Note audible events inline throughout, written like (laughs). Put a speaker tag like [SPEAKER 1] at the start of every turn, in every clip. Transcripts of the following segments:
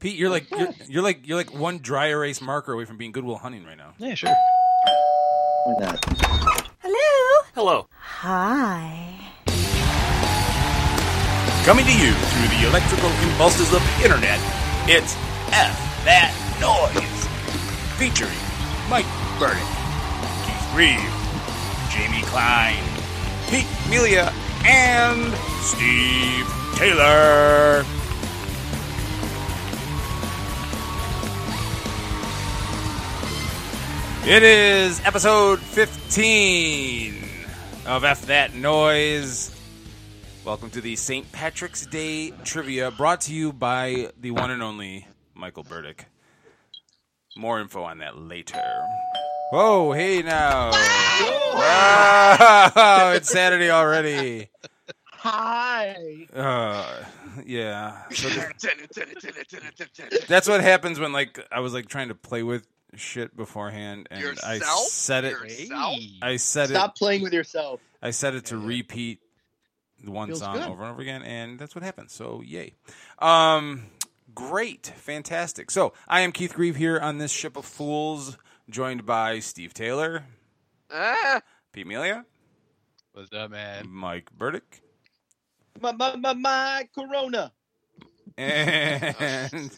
[SPEAKER 1] Pete, you're like you're, you're like you're like one dry erase marker away from being Goodwill Hunting right now.
[SPEAKER 2] Yeah, sure. Why not?
[SPEAKER 3] Hello.
[SPEAKER 1] Hello.
[SPEAKER 3] Hi.
[SPEAKER 4] Coming to you through the electrical impulses of the internet, it's F That Noise. Featuring Mike Burton, Keith Reeve, Jamie Klein, Pete Melia, and Steve Taylor.
[SPEAKER 1] It is episode 15 of F That Noise. Welcome to the St. Patrick's Day trivia brought to you by the one and only Michael Burdick. More info on that later. Whoa, hey now. Wow, it's Saturday already.
[SPEAKER 5] Hi.
[SPEAKER 1] Uh, yeah. So
[SPEAKER 6] (laughs)
[SPEAKER 1] th- that's what happens when like I was like trying to play with shit beforehand and I
[SPEAKER 6] Yourself?
[SPEAKER 1] said it
[SPEAKER 6] Yourself?
[SPEAKER 1] I said
[SPEAKER 5] Stop playing with yourself.
[SPEAKER 1] it I said it to repeat the one
[SPEAKER 5] Feels
[SPEAKER 1] song
[SPEAKER 5] good.
[SPEAKER 1] over and over again and that's what happened. So yay. Um great, fantastic. So I am Keith Grieve here on this ship of fools, joined by Steve Taylor,
[SPEAKER 6] Ah,
[SPEAKER 1] Pete Melia,
[SPEAKER 2] What's up, man?
[SPEAKER 1] Mike
[SPEAKER 5] (laughs)
[SPEAKER 1] Burdick,
[SPEAKER 5] My, my, my, my corona.
[SPEAKER 1] and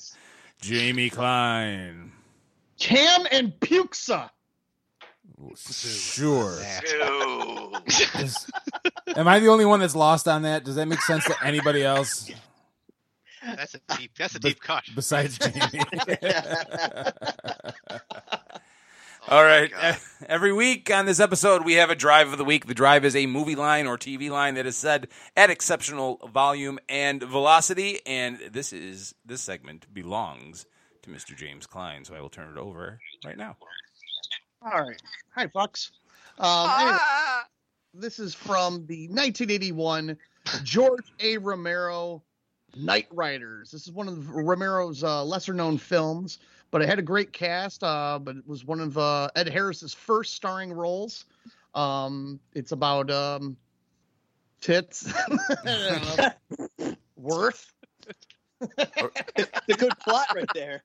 [SPEAKER 1] Jamie Klein.
[SPEAKER 5] Cam and Puxa.
[SPEAKER 7] (laughs)
[SPEAKER 8] Sure.
[SPEAKER 6] ew.
[SPEAKER 1] (laughs)
[SPEAKER 8] Is- am I the only one that's lost on that? Does that make sense to anybody else
[SPEAKER 2] (laughs) That's a deep. That's a
[SPEAKER 8] But-
[SPEAKER 2] deep cut.
[SPEAKER 5] (laughs)
[SPEAKER 8] besides Jamie?
[SPEAKER 1] All right.
[SPEAKER 6] Oh my
[SPEAKER 5] (laughs)
[SPEAKER 6] God.
[SPEAKER 1] E- (laughs) Every week on this episode, we have a drive of the week. The drive is a movie line or TV line that is said at exceptional volume and velocity. And this is this segment belongs to Mr. James Klein. So I will turn it over right now.
[SPEAKER 5] All right. Hi, Fox.
[SPEAKER 2] Oh,
[SPEAKER 5] Um, anyway,
[SPEAKER 6] Ah.
[SPEAKER 5] this is from the 1981 George A. Romero Night Riders. This is one of Romero's uh, lesser known films, but it had a great cast. Uh, but it was one of uh, Ed Harris's first starring roles. Um, it's about um, tits, (laughs) I don't know. worth.
[SPEAKER 7] It's a good plot right there.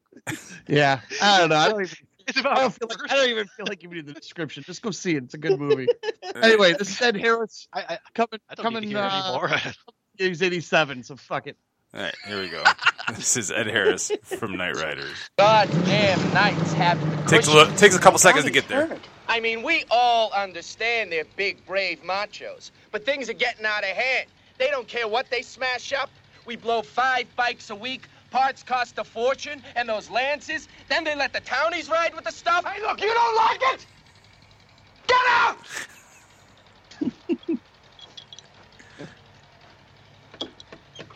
[SPEAKER 5] Yeah, I don't know. I don't even.
[SPEAKER 2] It's
[SPEAKER 5] I
[SPEAKER 2] about.
[SPEAKER 5] don't feel like I don't even feel like giving you the description. Just go see it. It's a good (laughs) movie. anyway, this is Ed Harris
[SPEAKER 2] I, I,
[SPEAKER 5] coming
[SPEAKER 2] I don't
[SPEAKER 5] coming.
[SPEAKER 2] need to hear
[SPEAKER 5] uh, (laughs)
[SPEAKER 2] anymore.
[SPEAKER 5] He's 87, so fuck it.
[SPEAKER 1] All right. Here (laughs) we go. this is Ed Harris from Knight Riders.
[SPEAKER 9] Goddamn knights have.
[SPEAKER 1] Takes a, lo- takes a couple seconds to get there.
[SPEAKER 9] I mean, we all understand they're big, brave machos, but things are getting out of hand. They don't care what they smash up. We blow five bikes a week. Parts cost a fortune, and those lances. Then they let the townies ride with the stuff. Hey, look, you don't like it. Get (laughs) out.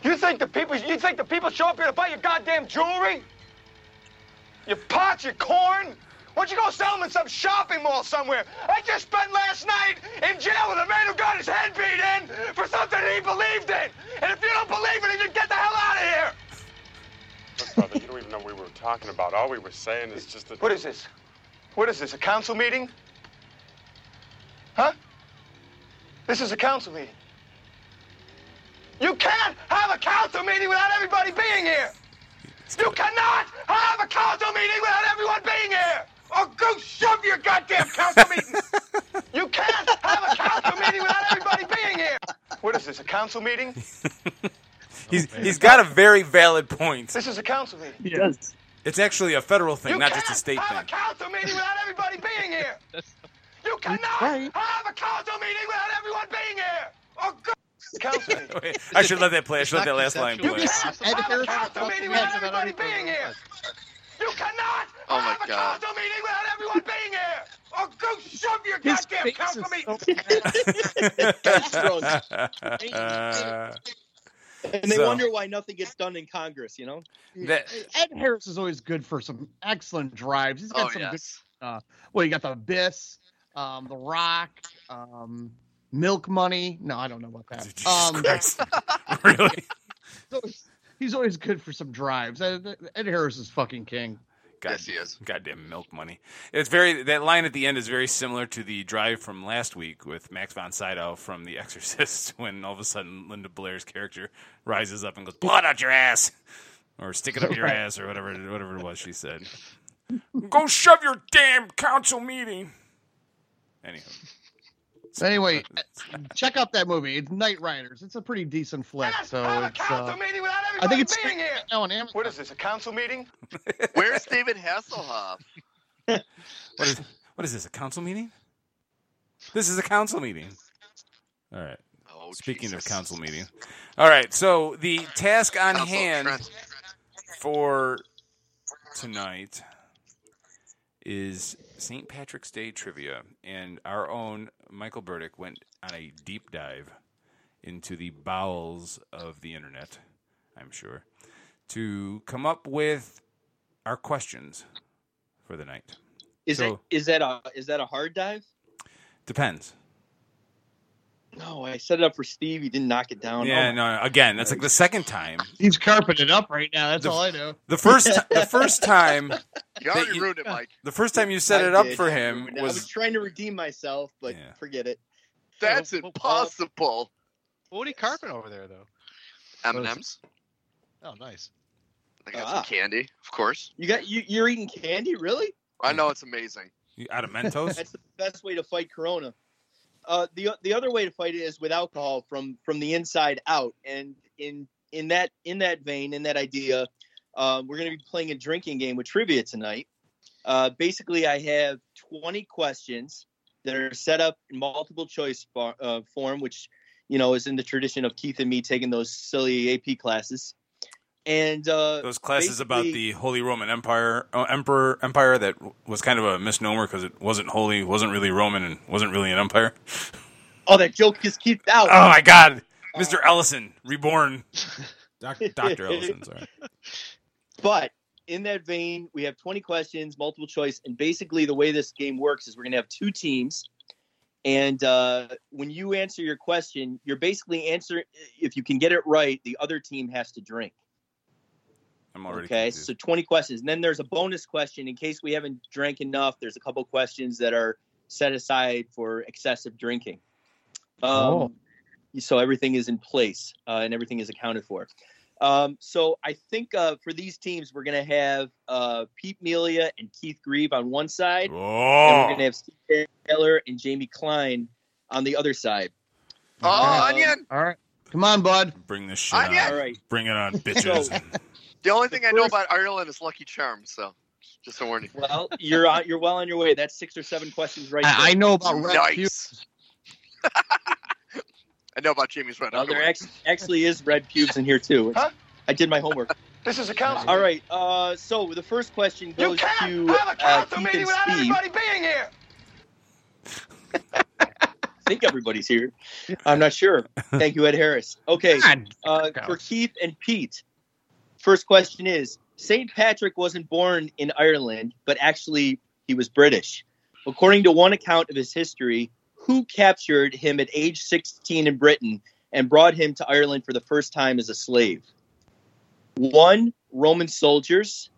[SPEAKER 9] you think the people? You think the people show up here to buy your goddamn jewelry? Your pots, your corn? Why don't you go sell them in some shopping mall somewhere? I just spent last night in jail with a man who got his head beat in for something he believed in. And if you don't believe in it, you get the hell out of here.
[SPEAKER 10] brother, you don't even know what we were talking about. All we were saying is just that.
[SPEAKER 9] What is this? What is this? A council meeting? Huh? This is a council meeting. You can't have a council meeting without everybody being here. You cannot have a council meeting without everyone being here. Or go shove your goddamn council meeting. you can't have a council meeting without everybody being here. What is this? A council meeting?
[SPEAKER 1] He's, he's got a very valid point.
[SPEAKER 9] This is a council meeting.
[SPEAKER 7] Yes.
[SPEAKER 1] It's actually a federal thing,
[SPEAKER 9] You
[SPEAKER 1] not just a state thing.
[SPEAKER 9] council meeting without everybody being here. You cannot have a council meeting without everyone being here. Oh, God. Council meeting.
[SPEAKER 1] Wait, (laughs) I should let that play. I should let that last line
[SPEAKER 9] You
[SPEAKER 1] play.
[SPEAKER 9] cannot have a council meeting without everybody being here. You cannot
[SPEAKER 1] Oh my
[SPEAKER 9] have
[SPEAKER 2] (laughs)
[SPEAKER 9] a
[SPEAKER 1] God.
[SPEAKER 9] council meeting without everyone being here. Oh, go shove your goddamn council
[SPEAKER 5] (laughs)
[SPEAKER 9] meeting.
[SPEAKER 7] And they
[SPEAKER 5] So-
[SPEAKER 7] wonder why nothing gets done in Congress, you know?
[SPEAKER 5] Ed Harris is always good for some excellent drives. He's got
[SPEAKER 7] Oh,
[SPEAKER 5] some
[SPEAKER 7] yes.
[SPEAKER 5] good. Uh, well, you got the Abyss, um, the Rock, um, Milk Money. No, I don't know about
[SPEAKER 1] (laughs)
[SPEAKER 5] that. um,
[SPEAKER 1] really?
[SPEAKER 5] He's always, he's always good for some drives. Ed, Ed Harris is fucking king.
[SPEAKER 1] God, Goddamn milk money. It's very that line at the end is very similar to the drive from last week with Max von Sydow from The Exorcist, (laughs) when all of a sudden Linda Blair's character rises up and goes, "Blood out your ass," or "Stick it up your
[SPEAKER 4] Right.
[SPEAKER 1] ass," or whatever whatever it was she said.
[SPEAKER 4] Go shove your damn council meeting.
[SPEAKER 1] Anyhow,
[SPEAKER 5] So anyway, check out that movie. It's Night Riders. It's a pretty decent flick. So it's, uh, I think it's
[SPEAKER 9] being here.
[SPEAKER 5] No, on Amazon.
[SPEAKER 9] What is this? A council meeting?
[SPEAKER 6] Where's David Hasselhoff?
[SPEAKER 1] what is what is this? A council meeting? This is a council meeting. All right. Speaking of council meeting, all right. So the task on hand for tonight is St. Patrick's Day trivia, and our own Michael Burdick went on a deep dive into the bowels of the internet. I'm sure to come up with our questions for the night.
[SPEAKER 7] Is
[SPEAKER 1] so,
[SPEAKER 7] it is that a is that a hard dive?
[SPEAKER 1] Depends.
[SPEAKER 7] No, I set it up for Steve. He didn't knock it down.
[SPEAKER 1] Yeah,
[SPEAKER 7] Oh,
[SPEAKER 1] no. Again, that's like the second time.
[SPEAKER 5] He's carpeted up right now. That's all I know.
[SPEAKER 1] The first, the
[SPEAKER 7] (laughs)
[SPEAKER 1] first time,
[SPEAKER 7] You
[SPEAKER 1] that
[SPEAKER 7] already ruined it,
[SPEAKER 5] (laughs)
[SPEAKER 7] Mike.
[SPEAKER 1] The first time you set
[SPEAKER 7] I
[SPEAKER 1] it up
[SPEAKER 7] did.
[SPEAKER 1] for him
[SPEAKER 7] I was
[SPEAKER 1] was
[SPEAKER 7] trying to redeem myself, but forget it.
[SPEAKER 6] That's impossible.
[SPEAKER 2] What are you carping over there, though?
[SPEAKER 6] M&M's.
[SPEAKER 2] Oh, nice.
[SPEAKER 6] I got
[SPEAKER 5] ah.
[SPEAKER 6] some candy, of course.
[SPEAKER 7] You got you. You're eating candy, really?
[SPEAKER 6] I know it's
[SPEAKER 5] (laughs)
[SPEAKER 6] amazing.
[SPEAKER 1] You out of Mentos.
[SPEAKER 7] (laughs) That's the best way to fight Corona. Uh, the the other way to fight it is with alcohol from from the inside out. And in in that in that vein, in that idea, um, we're going to be playing a drinking game with trivia tonight. Uh, basically, I have 20 questions that are set up in multiple choice fo- uh, form, which you know is in the tradition of Keith and me taking those silly AP classes. And uh,
[SPEAKER 1] those classes about the
[SPEAKER 7] basically-
[SPEAKER 1] Holy Roman Empire, oh, Emperor Empire that was kind of a misnomer because it wasn't holy, wasn't really Roman, and wasn't really an empire.
[SPEAKER 7] oh that joke is Keith out.
[SPEAKER 1] Oh my God,
[SPEAKER 7] Uh.
[SPEAKER 1] Mr. Ellison,
[SPEAKER 7] (laughs)
[SPEAKER 1] reborn, Doc, Doctor Ellison. Sorry.
[SPEAKER 7] But in that vein, we have 20 questions, multiple choice, and basically the way this game works is we're going to have two teams, and uh, when you answer your question, you're basically answering. If you can get it right, the other team has to drink.
[SPEAKER 1] I'm already
[SPEAKER 7] okay. So 20 questions, and then there's a bonus question in case we haven't drank enough. There's a couple questions that are set aside for excessive drinking. Um,
[SPEAKER 9] Oh.
[SPEAKER 7] So everything is in place uh, and everything is accounted for. Um, so I think uh, for these teams, we're going to have uh, Pete Melia and Keith Grieve on one side,
[SPEAKER 1] Oh.
[SPEAKER 7] and we're going to have Steve Taylor and Jamie Klein on the other side.
[SPEAKER 6] Oh,
[SPEAKER 7] Um,
[SPEAKER 6] onion!
[SPEAKER 5] All right. Come on, bud.
[SPEAKER 1] Bring this shit
[SPEAKER 6] Onion!
[SPEAKER 1] on.
[SPEAKER 6] All
[SPEAKER 7] right.
[SPEAKER 1] Bring it
[SPEAKER 7] (laughs)
[SPEAKER 1] on, bitches.
[SPEAKER 6] The only thing I know about Ireland is Lucky Charms, so just a warning.
[SPEAKER 7] Well, you're on, you're well on your way. That's six or seven questions right.
[SPEAKER 6] I-
[SPEAKER 7] there.
[SPEAKER 6] I know about red Nice. pubes. I know about Jamie's red
[SPEAKER 7] Well, there
[SPEAKER 6] underwear.
[SPEAKER 7] actually, actually is red pubes in here too. I did my homework.
[SPEAKER 9] This is a council.
[SPEAKER 7] All right. Uh, so the first question goes to uh,
[SPEAKER 9] Council
[SPEAKER 7] Keith
[SPEAKER 9] meeting
[SPEAKER 7] and
[SPEAKER 9] without
[SPEAKER 7] Steve.
[SPEAKER 9] everybody being here.
[SPEAKER 7] I think everybody's here. I'm not sure. Thank you, Ed Harris. Okay. Uh, for Keith and Pete, first question is St. Patrick wasn't born in Ireland, but actually he was British. According to one account of his history, who captured him at age 16 in Britain and brought him to Ireland for the first time as a slave? One, Roman soldiers.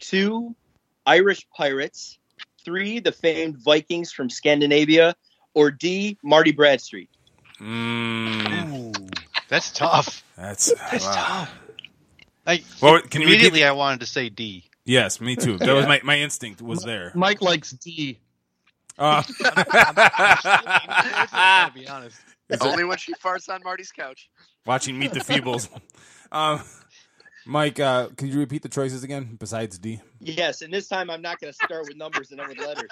[SPEAKER 7] Two, Irish pirates. Three, the famed Vikings from Scandinavia. Or D, Marty Bradstreet.
[SPEAKER 2] That's tough.
[SPEAKER 1] That's,
[SPEAKER 2] That's
[SPEAKER 1] wow.
[SPEAKER 2] tough. I,
[SPEAKER 1] Well, can you
[SPEAKER 2] immediately
[SPEAKER 1] repeat-
[SPEAKER 2] I wanted to say D.
[SPEAKER 1] Yes, me too. That was my, my instinct was
[SPEAKER 2] (laughs)
[SPEAKER 1] there.
[SPEAKER 5] Mike likes D.
[SPEAKER 1] Uh, (laughs)
[SPEAKER 6] to
[SPEAKER 2] be honest.
[SPEAKER 1] Is it-
[SPEAKER 6] Only when she farts on Marty's couch.
[SPEAKER 1] watching Meet the Feebles. Um,
[SPEAKER 8] Mike, uh, could you repeat the choices again? Besides D,
[SPEAKER 7] Yes, and this time I'm not going to start with numbers and then with letters.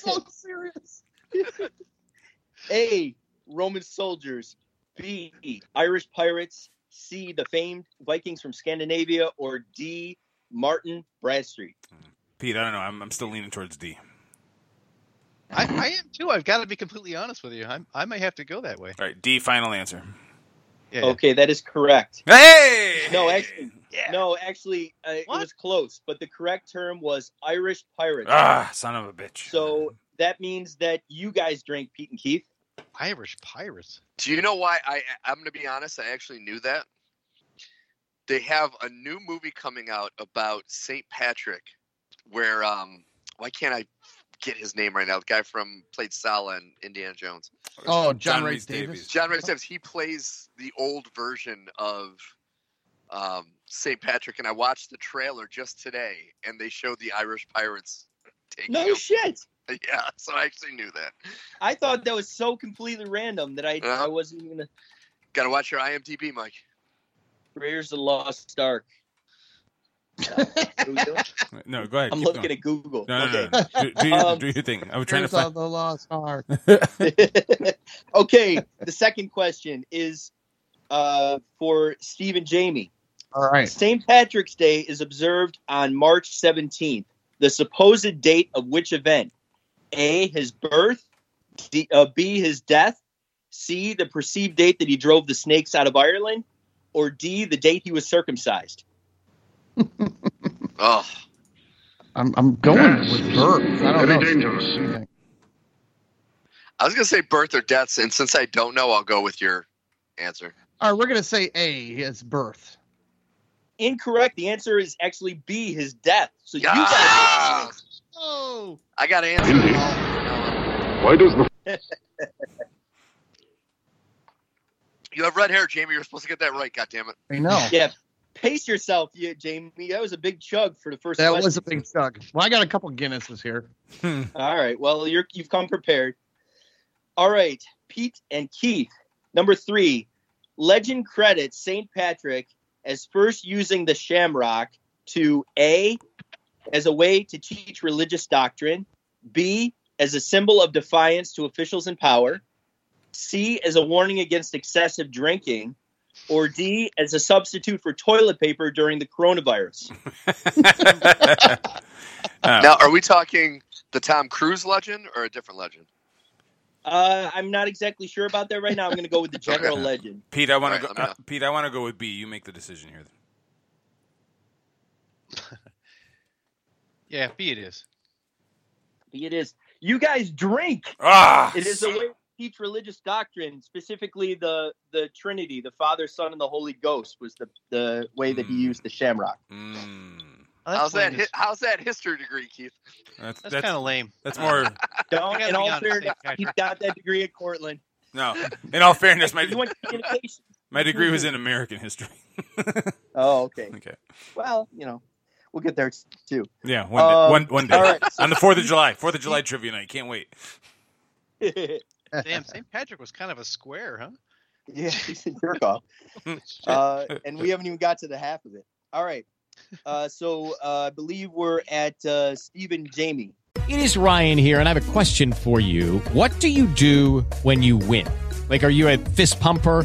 [SPEAKER 5] so serious.
[SPEAKER 7] A. Roman soldiers. B. Irish pirates. C. The famed Vikings from Scandinavia. Or D. Martin Bradstreet.
[SPEAKER 1] Pete, I don't know. I'm, I'm still leaning towards D.
[SPEAKER 2] I, I am too. I've got to be completely honest with you. I'm, I may have to go that way.
[SPEAKER 1] All right, D, final answer.
[SPEAKER 7] Okay, that is correct.
[SPEAKER 1] Hey!
[SPEAKER 7] No, actually, no, actually, uh, it was close, but the correct term was Irish pirates.
[SPEAKER 1] Ah, son of a bitch.
[SPEAKER 7] So that means that you guys drank Pete and Keith.
[SPEAKER 2] Irish pirates.
[SPEAKER 6] Do you know why I I'm going to be honest, I actually knew that. They have a new movie coming out about St. Patrick where um why can't I get his name right now? The guy from played Sala in Indiana Jones.
[SPEAKER 5] Oh, John John Rhys Rhys Davies. Davies.
[SPEAKER 6] John Rhys Davies, he plays the old version of um St. Patrick and I watched the trailer just today and they showed the Irish pirates taking
[SPEAKER 7] No
[SPEAKER 6] him. (laughs)
[SPEAKER 7] shit.
[SPEAKER 6] Yeah, so I actually knew that.
[SPEAKER 7] I thought that was so completely random that I, I wasn't even.
[SPEAKER 6] Got to watch your IMDb, Mike.
[SPEAKER 7] Raiders of the Lost (laughs) Ark. Uh, what are we doing?
[SPEAKER 1] No, go ahead.
[SPEAKER 7] I'm
[SPEAKER 1] keep
[SPEAKER 7] looking
[SPEAKER 1] going.
[SPEAKER 7] at Google.
[SPEAKER 1] No, no,
[SPEAKER 7] Okay.
[SPEAKER 1] no, no. Do, do, your,
[SPEAKER 7] Um,
[SPEAKER 1] do your thing. I was trying to
[SPEAKER 5] Here's
[SPEAKER 1] find.
[SPEAKER 5] the lost art.
[SPEAKER 7] (laughs) okay, the second question is uh, for Steve and Jamie.
[SPEAKER 5] All right.
[SPEAKER 7] St. Patrick's Day is observed on March 17th, the supposed date of which event? A, his birth, D, uh, B, his death, C, the perceived date that he drove the snakes out of Ireland, or D, the date he was circumcised?
[SPEAKER 6] Oh,
[SPEAKER 5] I'm I'm going with birds. I don't know. dangerous.
[SPEAKER 6] I was gonna say birth or deaths, and since I don't know, I'll go with your answer.
[SPEAKER 5] All right, we're gonna say A is birth.
[SPEAKER 7] Incorrect. The answer is actually B, his death. So you
[SPEAKER 6] Ah!
[SPEAKER 7] guys.
[SPEAKER 5] Oh,
[SPEAKER 6] I got to answer.
[SPEAKER 10] Why does the
[SPEAKER 6] (laughs) You have red hair, Jamie. You're supposed to get that right. God damn it!
[SPEAKER 5] I know.
[SPEAKER 7] Yeah, pace yourself, you, Jamie. That was a big chug for the first.
[SPEAKER 5] That
[SPEAKER 7] question.
[SPEAKER 5] was a big chug. Well, I got a couple Guinnesses here.
[SPEAKER 7] All right. Well, you're, you've come prepared. All right, Pete and Keith. Number three, legend credits St. Patrick as first using the shamrock to a as a way to teach religious doctrine, b as a symbol of defiance to officials in power, c as a warning against excessive drinking, or d as a substitute for toilet paper during the coronavirus. um,
[SPEAKER 1] (laughs) Uh,
[SPEAKER 6] now, are we talking the Tom Cruise legend or a different legend?
[SPEAKER 7] Uh, I'm not exactly sure about that right now. I'm going to go with the general legend.
[SPEAKER 1] Pete, I want
[SPEAKER 6] All
[SPEAKER 1] to
[SPEAKER 6] right,
[SPEAKER 1] go.
[SPEAKER 6] let me
[SPEAKER 1] Uh, Pete, I want to go with B. You make the decision here.
[SPEAKER 2] Yeah, B it is.
[SPEAKER 7] It is. You guys drink.
[SPEAKER 1] Ah,
[SPEAKER 7] It
[SPEAKER 2] (laughs)
[SPEAKER 7] is a way to teach religious doctrine, specifically the the Trinity, the Father, Son, and the Holy Ghost, was the the way that he
[SPEAKER 2] Hmm.
[SPEAKER 7] used the
[SPEAKER 2] (laughs)
[SPEAKER 7] shamrock.
[SPEAKER 1] Mm.
[SPEAKER 5] Oh,
[SPEAKER 6] how's that? Hi- how's that history degree, Keith?
[SPEAKER 1] That's
[SPEAKER 2] That's,
[SPEAKER 1] that's,
[SPEAKER 2] kind of lame.
[SPEAKER 1] that's more.
[SPEAKER 2] I
[SPEAKER 7] Don't,
[SPEAKER 2] gotta
[SPEAKER 7] in
[SPEAKER 2] be
[SPEAKER 7] all
[SPEAKER 2] honest,
[SPEAKER 7] fairness,
[SPEAKER 2] St. Patrick.
[SPEAKER 7] he got that degree at Cortland.
[SPEAKER 2] (laughs)
[SPEAKER 1] No, in all fairness, my
[SPEAKER 7] (laughs) You went to communications.
[SPEAKER 1] my degree was in American history. (laughs)
[SPEAKER 7] Oh, okay.
[SPEAKER 1] Okay.
[SPEAKER 7] Well, you know, we'll get there
[SPEAKER 2] (laughs)
[SPEAKER 7] too.
[SPEAKER 1] Yeah, one day,
[SPEAKER 7] Um,
[SPEAKER 1] one, one day
[SPEAKER 7] all right, so- (laughs)
[SPEAKER 1] on the Fourth of July. Fourth of July trivia night. Can't wait.
[SPEAKER 2] Damn, St. Patrick was kind of a square, huh?
[SPEAKER 7] Yeah, he's a jerk
[SPEAKER 2] (laughs)
[SPEAKER 7] off. Uh, and we haven't even got to the half of it. All right. Uh, so uh, I believe we're at uh, Stephen Jamie.
[SPEAKER 11] It is Ryan here, and I have a question for you. What do you do when you win? Like, are you a fist pumper?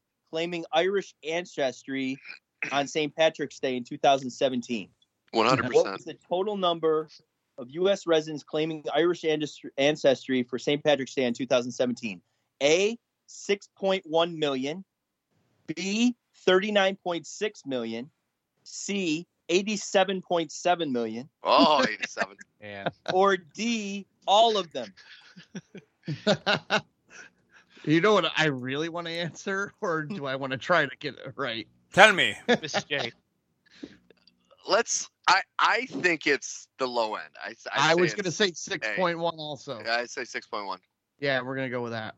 [SPEAKER 7] claiming Irish ancestry on St. Patrick's Day in 2017?
[SPEAKER 6] 100%.
[SPEAKER 7] What was the total number of U.S. residents claiming Irish andest- ancestry for St. Patrick's Day in 2017? A, 6.1 million. B, 39.6 million. C, 87.7 million.
[SPEAKER 5] (laughs)
[SPEAKER 6] Oh, 87.
[SPEAKER 2] And
[SPEAKER 7] Or D, all of them.
[SPEAKER 5] (laughs) You know what I really want to answer, or do I want to try to get it right?
[SPEAKER 1] Tell me.
[SPEAKER 7] (laughs)
[SPEAKER 5] Miss J.
[SPEAKER 6] Let's. I I think it's the low end. I
[SPEAKER 5] I was
[SPEAKER 6] going
[SPEAKER 5] gonna say 6.1 also.
[SPEAKER 6] I say six point one.
[SPEAKER 5] Yeah, we're gonna go with that.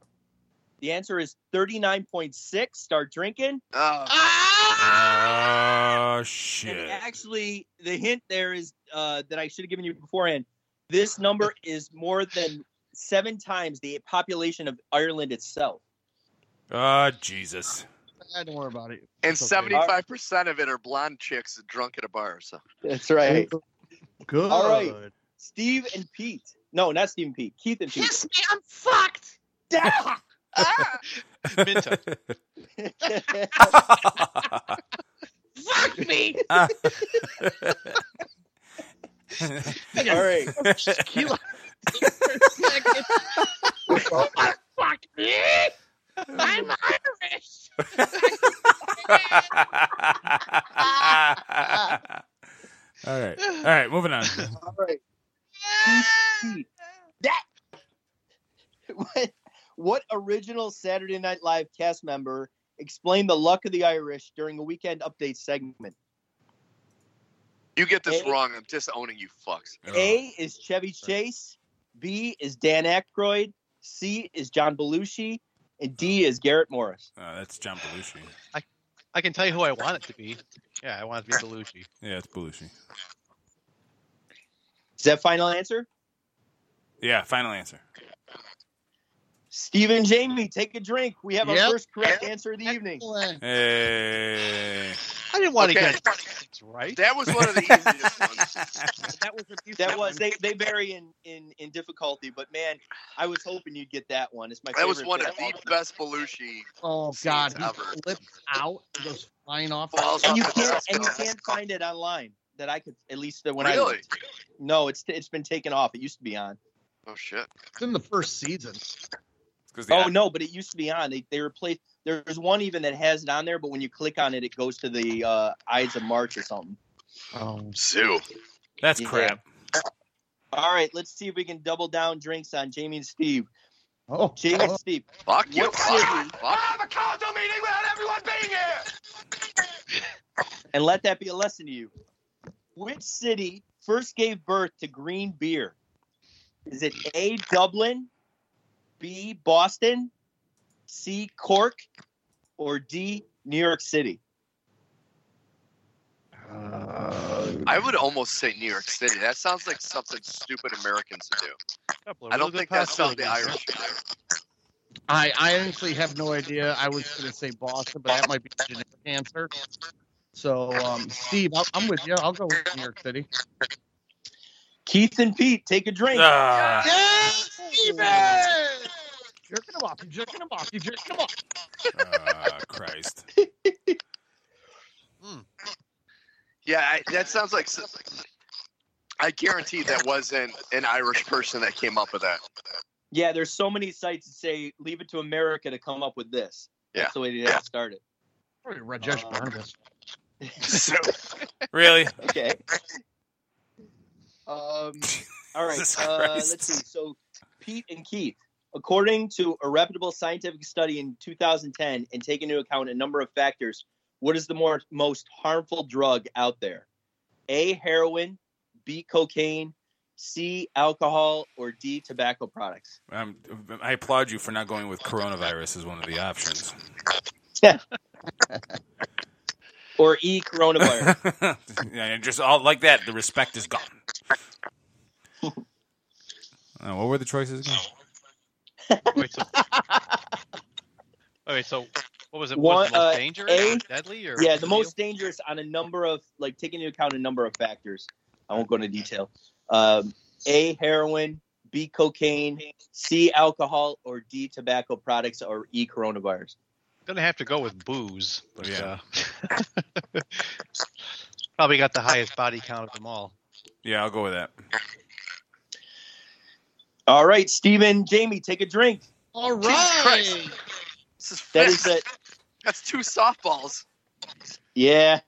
[SPEAKER 7] The answer is 39.6. Start drinking.
[SPEAKER 1] Ah! Oh,
[SPEAKER 7] And
[SPEAKER 1] shit.
[SPEAKER 7] actually, the hint there is uh, that I should have given you beforehand. This number is more than seven times the population of Ireland itself.
[SPEAKER 1] Ah,
[SPEAKER 7] (laughs)
[SPEAKER 1] Jesus. (laughs)
[SPEAKER 5] I don't worry about it.
[SPEAKER 6] And
[SPEAKER 5] It's okay.
[SPEAKER 6] seventy five percent of it are blonde chicks drunk at a bar. So
[SPEAKER 7] That's right.
[SPEAKER 5] Good.
[SPEAKER 7] All right. Steve and Pete. No, not Steve and Pete. Keith and Pete.
[SPEAKER 5] Kiss me, I'm fucked. Ah!
[SPEAKER 2] Minta.
[SPEAKER 5] Fuck me.
[SPEAKER 1] Ah.
[SPEAKER 7] All right.
[SPEAKER 5] Tequila. Fuck me. I'm Irish.
[SPEAKER 1] (laughs) All right. All right, moving
[SPEAKER 2] (laughs)
[SPEAKER 1] on. Oh,
[SPEAKER 7] All right. Steve and Pete. That. (laughs) What, what original Saturday Night Live cast member explained the luck of the Irish during a weekend update segment?
[SPEAKER 6] you get this wrong, I'm disowning you, fucks.
[SPEAKER 1] Oh.
[SPEAKER 2] Eh?
[SPEAKER 7] A is Chevy Chase. B is Dan Aykroyd. C is John Belushi. And D is Garrett Morris.
[SPEAKER 1] Uh, that's John Belushi.
[SPEAKER 2] I can tell you who I want it to be. Yeah, I want it to be Belushi.
[SPEAKER 1] Yeah, it's Belushi.
[SPEAKER 7] Is that final answer?
[SPEAKER 1] Yeah, final answer.
[SPEAKER 7] Steve and Jamie, take a drink. We have
[SPEAKER 5] Yep.
[SPEAKER 7] our first correct answer of the evening.
[SPEAKER 5] Excellent.
[SPEAKER 1] Hey.
[SPEAKER 5] I didn't want to
[SPEAKER 6] Okay.
[SPEAKER 5] get it right.
[SPEAKER 6] That was one of the easiest ones.
[SPEAKER 5] That was at least
[SPEAKER 7] That was they, they vary in, in in difficulty, but man, I was hoping you'd get that one. It's my
[SPEAKER 6] That
[SPEAKER 7] favorite.
[SPEAKER 6] was one
[SPEAKER 7] bit
[SPEAKER 6] of the
[SPEAKER 7] all time.
[SPEAKER 6] best Belushi.
[SPEAKER 5] Oh God, he
[SPEAKER 6] ever.
[SPEAKER 5] flips out, and goes flying off.
[SPEAKER 6] Balls
[SPEAKER 7] And you
[SPEAKER 6] off the
[SPEAKER 7] can't
[SPEAKER 6] top.
[SPEAKER 7] and you can't find it online that I could at least when I
[SPEAKER 6] Really?
[SPEAKER 7] looked. no, it's it's been taken off. It used to be on.
[SPEAKER 6] Oh shit.
[SPEAKER 5] It's in the first season.
[SPEAKER 1] Because
[SPEAKER 7] Oh no, but it used to be on. They they replaced. There's one even that has it on there, but when you click on it, it goes to the uh, Ides of March or something.
[SPEAKER 5] Oh,
[SPEAKER 6] Zoo.
[SPEAKER 1] That's
[SPEAKER 7] Yeah.
[SPEAKER 1] crap.
[SPEAKER 7] All right, let's see if we can double down drinks on Jamie and Steve.
[SPEAKER 5] oh,
[SPEAKER 7] Jamie and Steve,
[SPEAKER 6] Fuck you.
[SPEAKER 7] What
[SPEAKER 6] Fuck.
[SPEAKER 7] city?
[SPEAKER 6] Fuck.
[SPEAKER 9] Have a council meeting without everyone being here.
[SPEAKER 7] and let that be a lesson to you. Which city first gave birth to green beer? Is it A. Dublin, B. Boston, C. Cork, or D. New York City?
[SPEAKER 6] I would almost say New York City. That sounds like something stupid Americans do.
[SPEAKER 2] Couple of
[SPEAKER 6] I don't
[SPEAKER 2] really
[SPEAKER 6] think
[SPEAKER 2] good
[SPEAKER 6] that's something the
[SPEAKER 2] possibilities.
[SPEAKER 6] Irish do.
[SPEAKER 5] I, I honestly have no idea. I was going to say Boston, but that might be a generic answer. So, um, Steve, I'll, I'm with you. I'll go with New York City.
[SPEAKER 7] Keith and Pete, take a drink.
[SPEAKER 1] Ah.
[SPEAKER 5] Yes, Steven! Jerking him off. You're jerking him off. You're jerking him off.
[SPEAKER 1] Ah, Christ.
[SPEAKER 6] Yeah, I, that sounds like. s- I guarantee that wasn't an Irish person that came up with that.
[SPEAKER 7] Yeah, there's so many sites that say leave it to America to come up with this.
[SPEAKER 6] Yeah.
[SPEAKER 7] That's the way they got started.
[SPEAKER 5] Probably Rajesh
[SPEAKER 2] Uh,
[SPEAKER 7] Um,
[SPEAKER 5] Barnabas.
[SPEAKER 6] So,
[SPEAKER 1] Really?
[SPEAKER 7] Okay. Um, all
[SPEAKER 1] (laughs)
[SPEAKER 7] right.
[SPEAKER 1] Jesus
[SPEAKER 7] Uh,
[SPEAKER 1] Christ.
[SPEAKER 7] let's see. So, Pete and Keith, according to a reputable scientific study in 2010, and take into account a number of factors, what is the more most harmful drug out there? A. Heroin, B. Cocaine, C. Alcohol, or D. Tobacco products.
[SPEAKER 1] Um, I applaud you for not going with coronavirus as one of the options.
[SPEAKER 7] Or E.
[SPEAKER 2] (laughs)
[SPEAKER 7] Coronavirus.
[SPEAKER 1] (laughs) yeah, and just all like that, the respect is gone. Uh, what were the choices again?
[SPEAKER 2] Wait, so, wait, so what was it?
[SPEAKER 7] One-
[SPEAKER 2] was it the most
[SPEAKER 7] uh,
[SPEAKER 2] dangerous,
[SPEAKER 7] A-
[SPEAKER 2] or deadly, or
[SPEAKER 7] yeah, the most dangerous on a number of like taking into account a number of factors. I won't go into detail. Um, a heroin, B cocaine, C alcohol, or D tobacco products, or E coronavirus.
[SPEAKER 2] Gonna have to go with booze. But yeah. Uh, (laughs) probably got the highest body count of them all.
[SPEAKER 1] Yeah, I'll go with that.
[SPEAKER 7] All right, Steven, Jamie, take a drink.
[SPEAKER 5] All
[SPEAKER 6] Jesus Christ.
[SPEAKER 5] right.
[SPEAKER 6] This is
[SPEAKER 7] That is
[SPEAKER 6] (laughs)
[SPEAKER 7] it.
[SPEAKER 6] That's two softballs.
[SPEAKER 7] Yeah.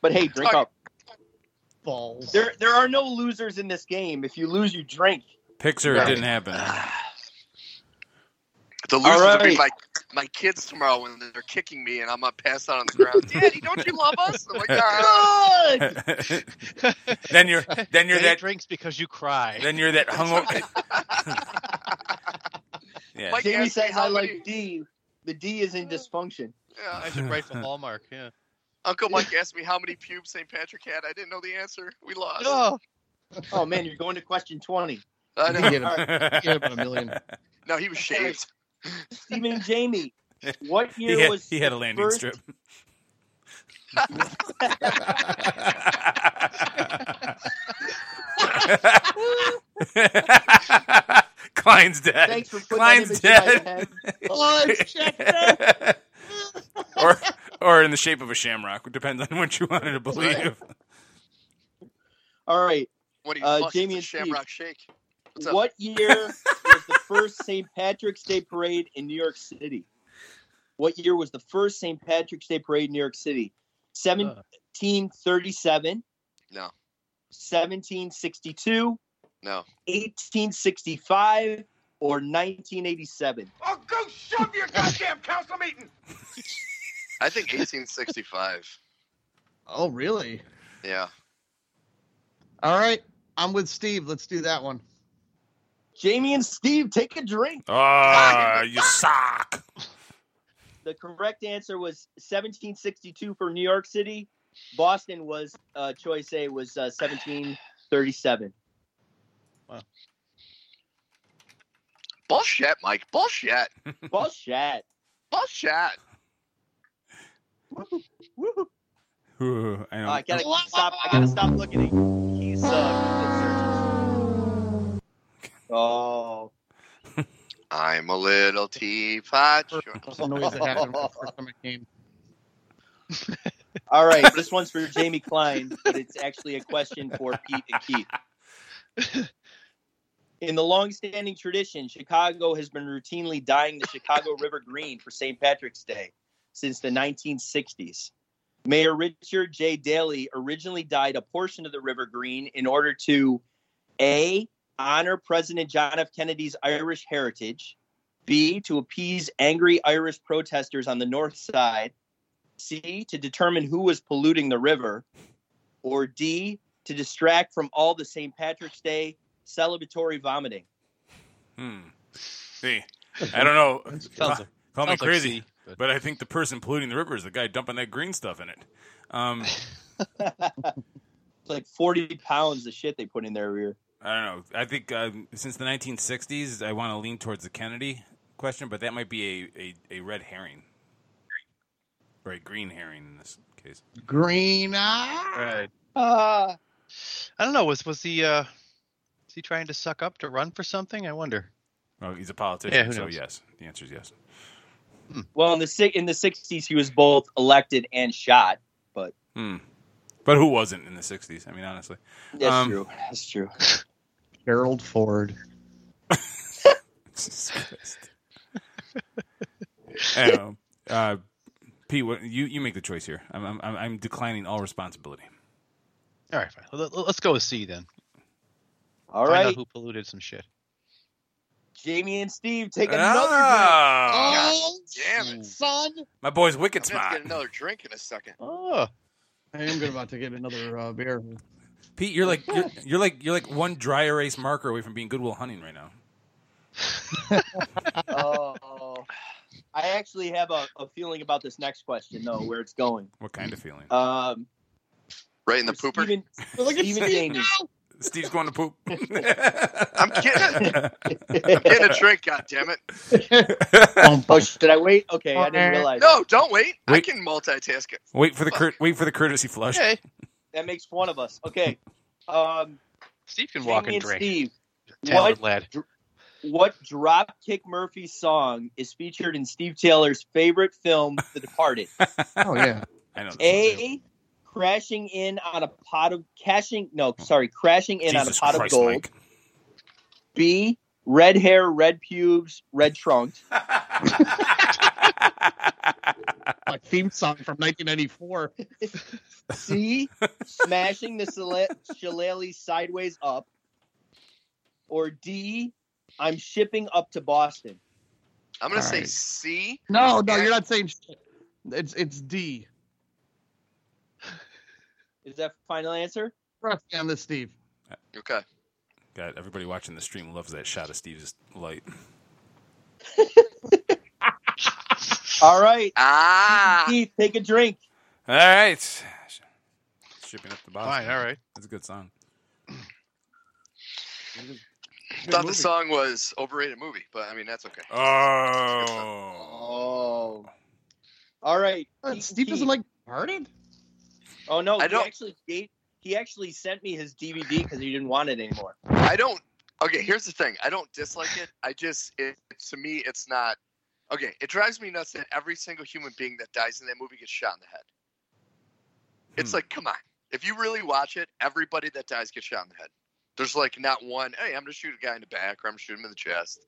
[SPEAKER 7] But hey, drink up.
[SPEAKER 5] Balls.
[SPEAKER 7] There there are no losers in this game. If you lose, you
[SPEAKER 6] (laughs)
[SPEAKER 7] drink.
[SPEAKER 1] Pixar
[SPEAKER 7] Right.
[SPEAKER 1] didn't happen.
[SPEAKER 2] Ah.
[SPEAKER 6] The losers will be
[SPEAKER 7] right.
[SPEAKER 6] my my kids tomorrow when they're kicking me and I'm up passed out on the ground. Daddy, don't you love us? I'm like, "Ah."
[SPEAKER 1] (laughs) then you're then you're
[SPEAKER 2] Daddy
[SPEAKER 1] that
[SPEAKER 2] drinks because you cry. (laughs)
[SPEAKER 1] then you're that hungover. (laughs) yeah.
[SPEAKER 6] Mike
[SPEAKER 7] Jamie
[SPEAKER 6] asked me
[SPEAKER 7] says
[SPEAKER 6] how
[SPEAKER 7] I
[SPEAKER 6] many-
[SPEAKER 7] like D. The D is in dysfunction.
[SPEAKER 6] Yeah,
[SPEAKER 2] I should write
[SPEAKER 1] (laughs)
[SPEAKER 2] for Hallmark. Yeah.
[SPEAKER 6] Uncle Mike asked me how many pubes St. Patrick had. I didn't know the answer. We lost.
[SPEAKER 2] Oh,
[SPEAKER 7] Oh man, you're going to question twenty.
[SPEAKER 6] I
[SPEAKER 7] You
[SPEAKER 6] know.
[SPEAKER 7] get (laughs) a- you
[SPEAKER 1] (laughs)
[SPEAKER 7] get about a million.
[SPEAKER 6] No, he was shaved.
[SPEAKER 7] Steven and Jamie, what year
[SPEAKER 1] (laughs) He had,
[SPEAKER 7] was
[SPEAKER 1] he had
[SPEAKER 7] the
[SPEAKER 1] a landing
[SPEAKER 7] first-
[SPEAKER 1] strip. (laughs) Klein's dead.
[SPEAKER 7] (laughs) Thanks for putting
[SPEAKER 1] Klein's
[SPEAKER 7] that image in my
[SPEAKER 1] dead. (laughs)
[SPEAKER 7] head. Klein's checked
[SPEAKER 1] or or in the shape of a shamrock. It depends on what you wanted to believe.
[SPEAKER 7] All right.
[SPEAKER 6] What do you
[SPEAKER 7] Uh,
[SPEAKER 6] fuck?
[SPEAKER 7] Jamie
[SPEAKER 6] It's a
[SPEAKER 7] and Steve.
[SPEAKER 6] Shamrock Shake. What's up?
[SPEAKER 7] What
[SPEAKER 1] (laughs)
[SPEAKER 7] year was the first St. Patrick's Day parade in New York City? What year was the first St. Patrick's Day parade in New York City?
[SPEAKER 1] Uh.
[SPEAKER 7] 1737,
[SPEAKER 6] No,
[SPEAKER 7] 1762,
[SPEAKER 6] no.
[SPEAKER 7] 1865, or 1987?
[SPEAKER 9] Oh, go shove your goddamn council meeting.
[SPEAKER 6] I think 1865.
[SPEAKER 5] Oh, really?
[SPEAKER 6] Yeah.
[SPEAKER 5] All right. I'm with Steve. Let's do that one.
[SPEAKER 7] Jamie and Steve, take a drink.
[SPEAKER 1] Ah, you sock.
[SPEAKER 7] The correct answer was 1762 for New York City. Boston was uh, choice A was uh, 1737.
[SPEAKER 6] Bullshit, Mike. Bullshit.
[SPEAKER 7] Bullshit.
[SPEAKER 6] Bullshit.
[SPEAKER 1] Ooh, I
[SPEAKER 7] Oh,
[SPEAKER 1] don't-
[SPEAKER 7] I gotta stop. I gotta stop looking at keys. Uh, oh,
[SPEAKER 6] I'm a little teapot.
[SPEAKER 7] Oh,
[SPEAKER 5] That's the noise that happened when the first time I came.
[SPEAKER 7] all right. This one's for Jamie Klein, but it's actually a question for Pete and Keith. In the long-standing tradition, Chicago has been routinely dyeing the Chicago River green for St. Patrick's Day since the 1960s. Mayor Richard J. Daley originally dyed a portion of the river green in order to A. honor President John F. Kennedy's Irish heritage, B. to appease angry Irish protesters on the north side, C. to determine who was polluting the river, or D. to distract from all the St. Patrick's Day celebratory vomiting.
[SPEAKER 1] Hmm. See, I don't know.
[SPEAKER 5] Sounds-
[SPEAKER 1] Call- Call me
[SPEAKER 5] sounds like
[SPEAKER 1] crazy,
[SPEAKER 5] C,
[SPEAKER 1] but... I think the person polluting the river is the guy dumping that green stuff in it. Um,
[SPEAKER 7] It's like 40 pounds of shit they put in their ear.
[SPEAKER 1] I don't know. I think um, since the 1960s, I want to lean towards the Kennedy question, but that might be a, a, a red herring or a green herring in this case.
[SPEAKER 5] Green eye.
[SPEAKER 2] Right.
[SPEAKER 7] Uh,
[SPEAKER 2] I don't know. Was was he uh, is he trying to suck up to run for something? I wonder.
[SPEAKER 1] Oh, he's a politician,
[SPEAKER 2] Yeah, who
[SPEAKER 1] so
[SPEAKER 2] knows?
[SPEAKER 1] yes, the answer is yes.
[SPEAKER 7] well, in the si- in the 60s, he was both elected and shot. But
[SPEAKER 1] Hmm. But who wasn't in the 60s? I mean, honestly.
[SPEAKER 7] that's
[SPEAKER 1] Um,
[SPEAKER 7] true. That's true.
[SPEAKER 5] Gerald Ford.
[SPEAKER 1] Jesus (laughs) Christ. I don't know. Uh, Pete, what, you, you make the choice here. I'm, I'm, I'm- I'm declining all responsibility.
[SPEAKER 2] (laughs) All right, fine. Let, us go with C then.
[SPEAKER 7] All
[SPEAKER 2] Find out
[SPEAKER 7] right.
[SPEAKER 2] who polluted some shit?
[SPEAKER 7] Jamie and Steve take another drink.
[SPEAKER 1] Ah,
[SPEAKER 5] Oh,
[SPEAKER 6] Damn it.
[SPEAKER 5] son.
[SPEAKER 1] my boy's wicked
[SPEAKER 6] I'm gonna have to
[SPEAKER 1] smart.
[SPEAKER 6] get another drink in a second.
[SPEAKER 2] Oh,
[SPEAKER 5] I am good about to get another uh, beer.
[SPEAKER 1] Pete, you're like you're, you're like you're like one dry erase marker away from being Goodwill Hunting right now.
[SPEAKER 7] Oh, I actually have a, a feeling about this next question, though, where it's going.
[SPEAKER 1] What kind of feeling?
[SPEAKER 7] Um,
[SPEAKER 6] Right in the pooper.
[SPEAKER 7] Steven,
[SPEAKER 5] Look at
[SPEAKER 7] Steven
[SPEAKER 5] Steve
[SPEAKER 7] Jamie.
[SPEAKER 5] now.
[SPEAKER 1] Steve's going to poop.
[SPEAKER 6] (laughs) I'm kidding.
[SPEAKER 7] (laughs)
[SPEAKER 6] I'm getting a drink, god damn it.
[SPEAKER 7] Oh, should I wait? Okay, I didn't realize.
[SPEAKER 6] No, don't wait. I
[SPEAKER 1] Wait.
[SPEAKER 6] can multitask it.
[SPEAKER 1] (laughs) wait for the cur- wait for the courtesy flush.
[SPEAKER 2] hey,
[SPEAKER 7] That makes one of us. Okay. Um,
[SPEAKER 2] Steve can
[SPEAKER 7] Jamie
[SPEAKER 2] walk and
[SPEAKER 7] and
[SPEAKER 2] drink.
[SPEAKER 7] Steve, what
[SPEAKER 2] Talented lad.
[SPEAKER 7] What Dropkick Murphy song is featured in Steve Taylor's favorite film,
[SPEAKER 1] (laughs)
[SPEAKER 7] The Departed?
[SPEAKER 12] Oh yeah.
[SPEAKER 1] I know.
[SPEAKER 7] A. Crashing in on a pot of cashing. No, sorry, crashing in on a
[SPEAKER 1] Jesus
[SPEAKER 7] pot
[SPEAKER 1] Christ,
[SPEAKER 7] of gold.
[SPEAKER 1] Mike.
[SPEAKER 7] B. Red hair, red pubes,
[SPEAKER 1] (laughs)
[SPEAKER 7] red trunks.
[SPEAKER 6] (laughs)
[SPEAKER 12] Like theme song from
[SPEAKER 7] (laughs)
[SPEAKER 12] 1994.
[SPEAKER 7] C. Smashing the shilla- shillelagh sideways up. Or D. I'm shipping up to Boston.
[SPEAKER 6] I'm gonna
[SPEAKER 12] All
[SPEAKER 6] say
[SPEAKER 12] right.
[SPEAKER 6] C.
[SPEAKER 12] No, no, you're not saying. Shit. It's it's D.
[SPEAKER 7] Is that final answer?
[SPEAKER 12] Trust me on this, Steve.
[SPEAKER 6] Okay.
[SPEAKER 1] God, everybody watching the stream loves that shot of Steve's light.
[SPEAKER 7] All right.
[SPEAKER 6] Ah.
[SPEAKER 7] Keith, take a drink.
[SPEAKER 1] All right. Shipping up the box.
[SPEAKER 5] Fine, all right.
[SPEAKER 1] That's a good song.
[SPEAKER 6] I thought the song was overrated movie, but I mean that's okay.
[SPEAKER 1] Oh.
[SPEAKER 7] Oh. All right.
[SPEAKER 12] Uh, Steve doesn't like Departed.
[SPEAKER 7] Oh no,
[SPEAKER 6] I
[SPEAKER 7] he
[SPEAKER 6] don't-
[SPEAKER 7] actually gave, he actually sent me his DVD because he didn't want it anymore.
[SPEAKER 6] I don't. Okay, here's the thing. I don't dislike it. I just it to me it's not. Okay, it drives me nuts that every single human being that dies in that movie gets shot in the head. It's
[SPEAKER 12] Hmm.
[SPEAKER 6] like, come on. If you really watch it, everybody that dies gets shot in the head. There's like not one. Hey, I'm gonna shoot a guy in the back, or I'm gonna shoot him in the chest.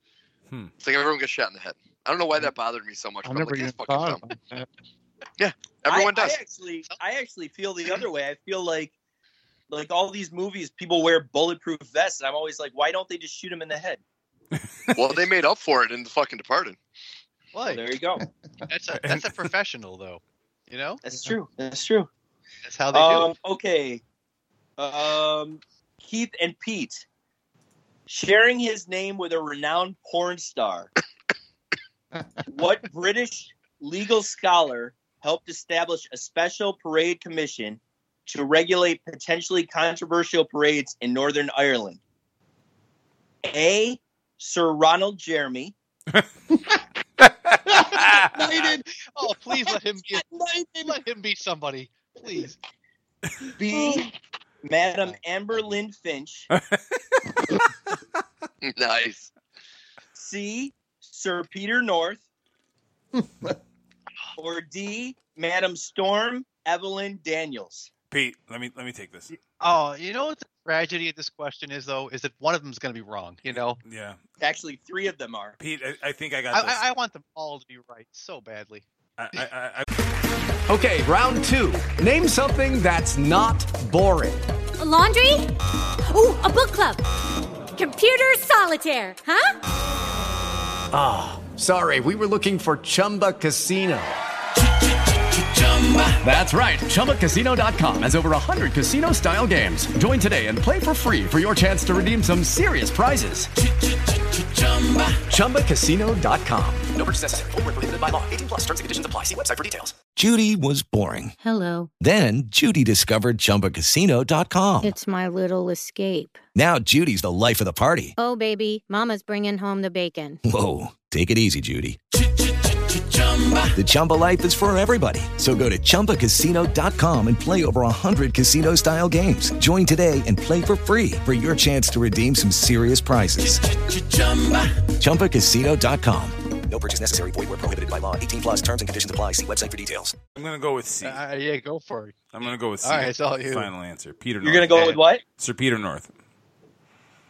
[SPEAKER 1] Hmm.
[SPEAKER 6] It's like everyone gets shot in the head. I don't know why that bothered me so much.
[SPEAKER 12] I'll
[SPEAKER 6] But I'm
[SPEAKER 12] Hmm. never even
[SPEAKER 6] like, that's fucking
[SPEAKER 12] thought
[SPEAKER 6] dumb.
[SPEAKER 12] about (laughs) that.
[SPEAKER 6] Everyone
[SPEAKER 7] I,
[SPEAKER 6] does.
[SPEAKER 7] I actually, I actually feel the other way. I feel like, like all these movies, people wear bulletproof vests, and I'm always like, why don't they just shoot him in the head?
[SPEAKER 6] well, they made up for it in the fucking Departed. (laughs)
[SPEAKER 5] Why?
[SPEAKER 7] There you go.
[SPEAKER 5] That's a that's a professional though. You know?
[SPEAKER 7] That's true. That's true.
[SPEAKER 5] That's how they do.
[SPEAKER 7] Um, okay. Um, Keith and Pete sharing his name with a renowned porn star. what British legal scholar helped establish a special parade commission to regulate potentially controversial parades in Northern Ireland? A. Sir Ronald Jeremy.
[SPEAKER 5] Knighted. (laughs) Oh, please let him
[SPEAKER 12] (laughs)
[SPEAKER 5] be. Let him be somebody, please.
[SPEAKER 7] B. Madam Amber Lynn Finch.
[SPEAKER 6] nice.
[SPEAKER 7] C. Sir Peter North. or D. Madam Storm Evelyn Daniels.
[SPEAKER 1] (laughs) Pete, let me let me take this.
[SPEAKER 5] Oh, you know what the tragedy of this question is, though, is that one of them's going to be wrong. You know,
[SPEAKER 1] Yeah.
[SPEAKER 7] Actually, three of them are.
[SPEAKER 1] Pete, I, I think I
[SPEAKER 5] I,
[SPEAKER 1] got this.
[SPEAKER 5] I, I want them all to be right so badly.
[SPEAKER 1] I, I, I, I,
[SPEAKER 11] Okay, round two. Name something that's not boring.
[SPEAKER 13] A laundry? Ooh, a book club. Computer solitaire, huh?
[SPEAKER 11] Ah, sorry, we were looking for Chumba Casino. That's right, ChumbaCasino.com has over 100 casino style games. Join today and play for free for your chance to redeem some serious prizes. ChumbaCasino.com. No purchase necessary, Void where prohibited by law, 18 plus terms and conditions apply. See website for details.
[SPEAKER 2] Judy was boring.
[SPEAKER 9] Hello.
[SPEAKER 2] Then Judy discovered ChumbaCasino.com.
[SPEAKER 9] It's my little escape.
[SPEAKER 2] Now Judy's the life of the party.
[SPEAKER 9] Oh, baby, Mama's bringing home the bacon.
[SPEAKER 2] Whoa, take it easy, Judy. The Chumba life is for everybody. So go to ChumbaCasino.com and play over 100 casino style games. Join today and play for free for your chance to redeem some serious prizes. ChumbaCasino.com.
[SPEAKER 14] No purchase necessary. Void where prohibited by law. 18 plus terms and conditions apply. See website for details.
[SPEAKER 1] I'm gonna go with C.
[SPEAKER 5] Uh, yeah, go for it.
[SPEAKER 1] I'm gonna go with C.
[SPEAKER 5] All right, it's all you.
[SPEAKER 1] Final answer. Peter.
[SPEAKER 7] You're
[SPEAKER 1] North.
[SPEAKER 7] gonna go with what?
[SPEAKER 1] Sir Peter North.